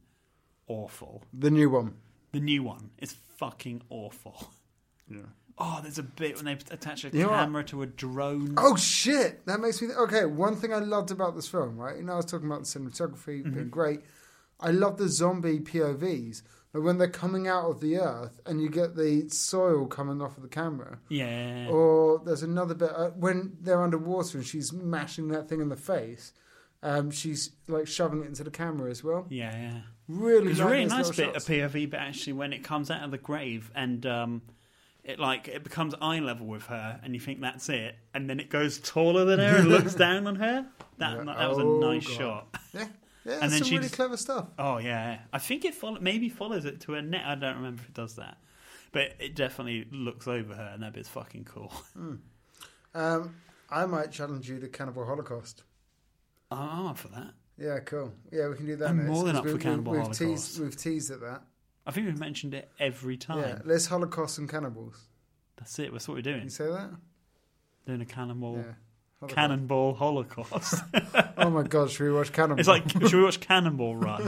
awful. the new one. The new one is fucking awful. Yeah. Oh, there's a bit when they attach a You know what? camera to a drone. Oh shit! That makes me th- okay. One thing I loved about this film, right? You know, I was talking about the cinematography Mm-hmm. being great. I love the zombie POVs. Like when they're coming out of the earth and you get the soil coming off of the camera. Yeah. Or there's another bit uh, when they're underwater and she's mashing that thing in the face. Um, she's like shoving it into the camera as well. Yeah, yeah. Really, It's a like really those nice little bit shots. of POV, but actually when it comes out of the grave and um, it like it becomes eye level with her, and you think that's it, and then it goes taller than her and looks down on her. That Yeah. that was a Oh, nice God. shot. Yeah, yeah. then That's some she really just- clever stuff. Oh yeah, I think it follow- maybe follows it to a net. I don't remember if it does that, but it definitely looks over her, and that bit's fucking cool. Um, I might challenge you to Cannibal Holocaust. I'm I'm up for that. Yeah, cool. Yeah, we can do that. I'm next, more than 'cause up for Cannibal we've Holocaust. Teased, we've teased at that. I think we've mentioned it every time. Yeah, let's Holocaust some cannibals. That's it. That's what we're doing. Can you say that? Doing a cannibal. Yeah. Cannonball Holocaust. Oh my god, should we watch Cannonball? it's like, should we watch Cannonball Run?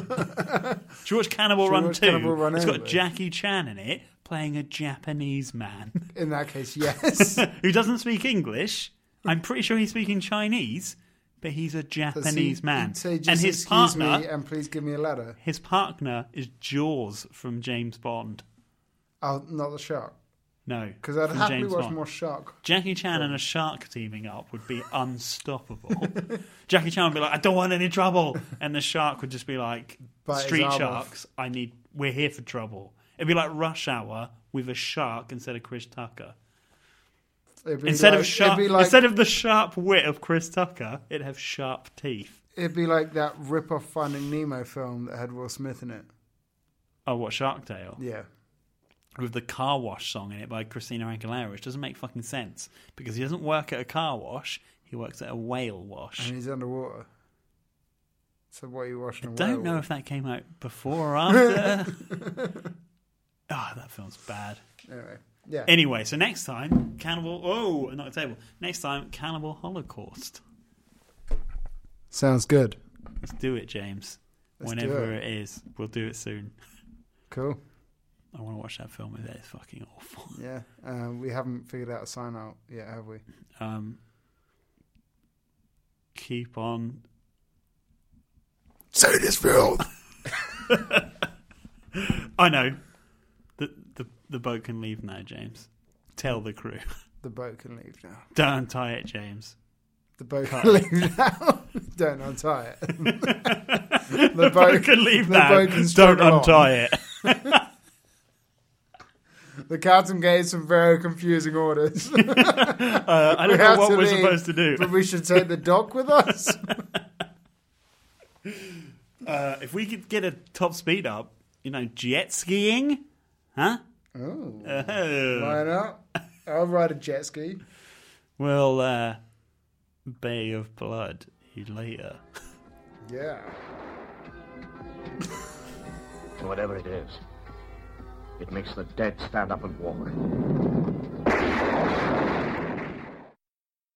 should we watch Cannonball Should we Run watch 2? Cannonball Run it's got anyway? Jackie Chan in it playing a Japanese man in that case, yes. who doesn't speak English. I'm pretty sure he's speaking Chinese, but he's a Does Japanese he- man. he'd Say, just and his excuse partner, me and please give me a letter. his partner is Jaws from James Bond. Oh, not the shark. No, Because I'd from happily James watch Bond. more shark. Jackie Chan and a shark teaming up would be unstoppable. Jackie Chan would be like, "I don't want any trouble," and the shark would just be like, Bite his "Street arm sharks, I need. We're here for trouble." It'd be like Rush Hour with a shark instead of Chris Tucker. It'd be Instead like, of sharp, it'd be like, instead of the sharp wit of Chris Tucker, it'd have sharp teeth. it'd be like that rip-off Finding Nemo film that had Will Smith in it. Oh, what Shark Tale Yeah, with the car wash song in it by Christina Aguilera, which doesn't make fucking sense because he doesn't work at a car wash; he works at a whale wash. and he's underwater. So what are you washing? away Don't know with? if that came out before or after. oh, that film's bad. Anyway, yeah. Anyway, so next time, Cannibal. Oh, not a table. Next time, Cannibal Holocaust. Sounds good. Let's do it, James. Let's do Whenever it. it is, we'll do it soon. Cool. I want to watch that film with it. It's fucking awful. Yeah. Uh, we haven't figured out a sign out yet, have we? Um, keep on. So this film. I know. The, the the boat can leave now, James. Tell the crew. The boat can leave now. Don't untie it, James. The boat Cut. can leave now. Don't untie it. The boat, boat- can leave the now. boat can Don't struggle on. untie it. The captain gave some very confusing orders. Uh, I don't We know have what to we're leave, supposed to do. but we should take the dock with us. Uh, if we could get a top speed up, you know, jet skiing, huh? Oh, Uh, why not? I'll ride a jet ski. well, uh, Bay of Blood you later. Yeah. Whatever it is, it makes the dead stand up and walk.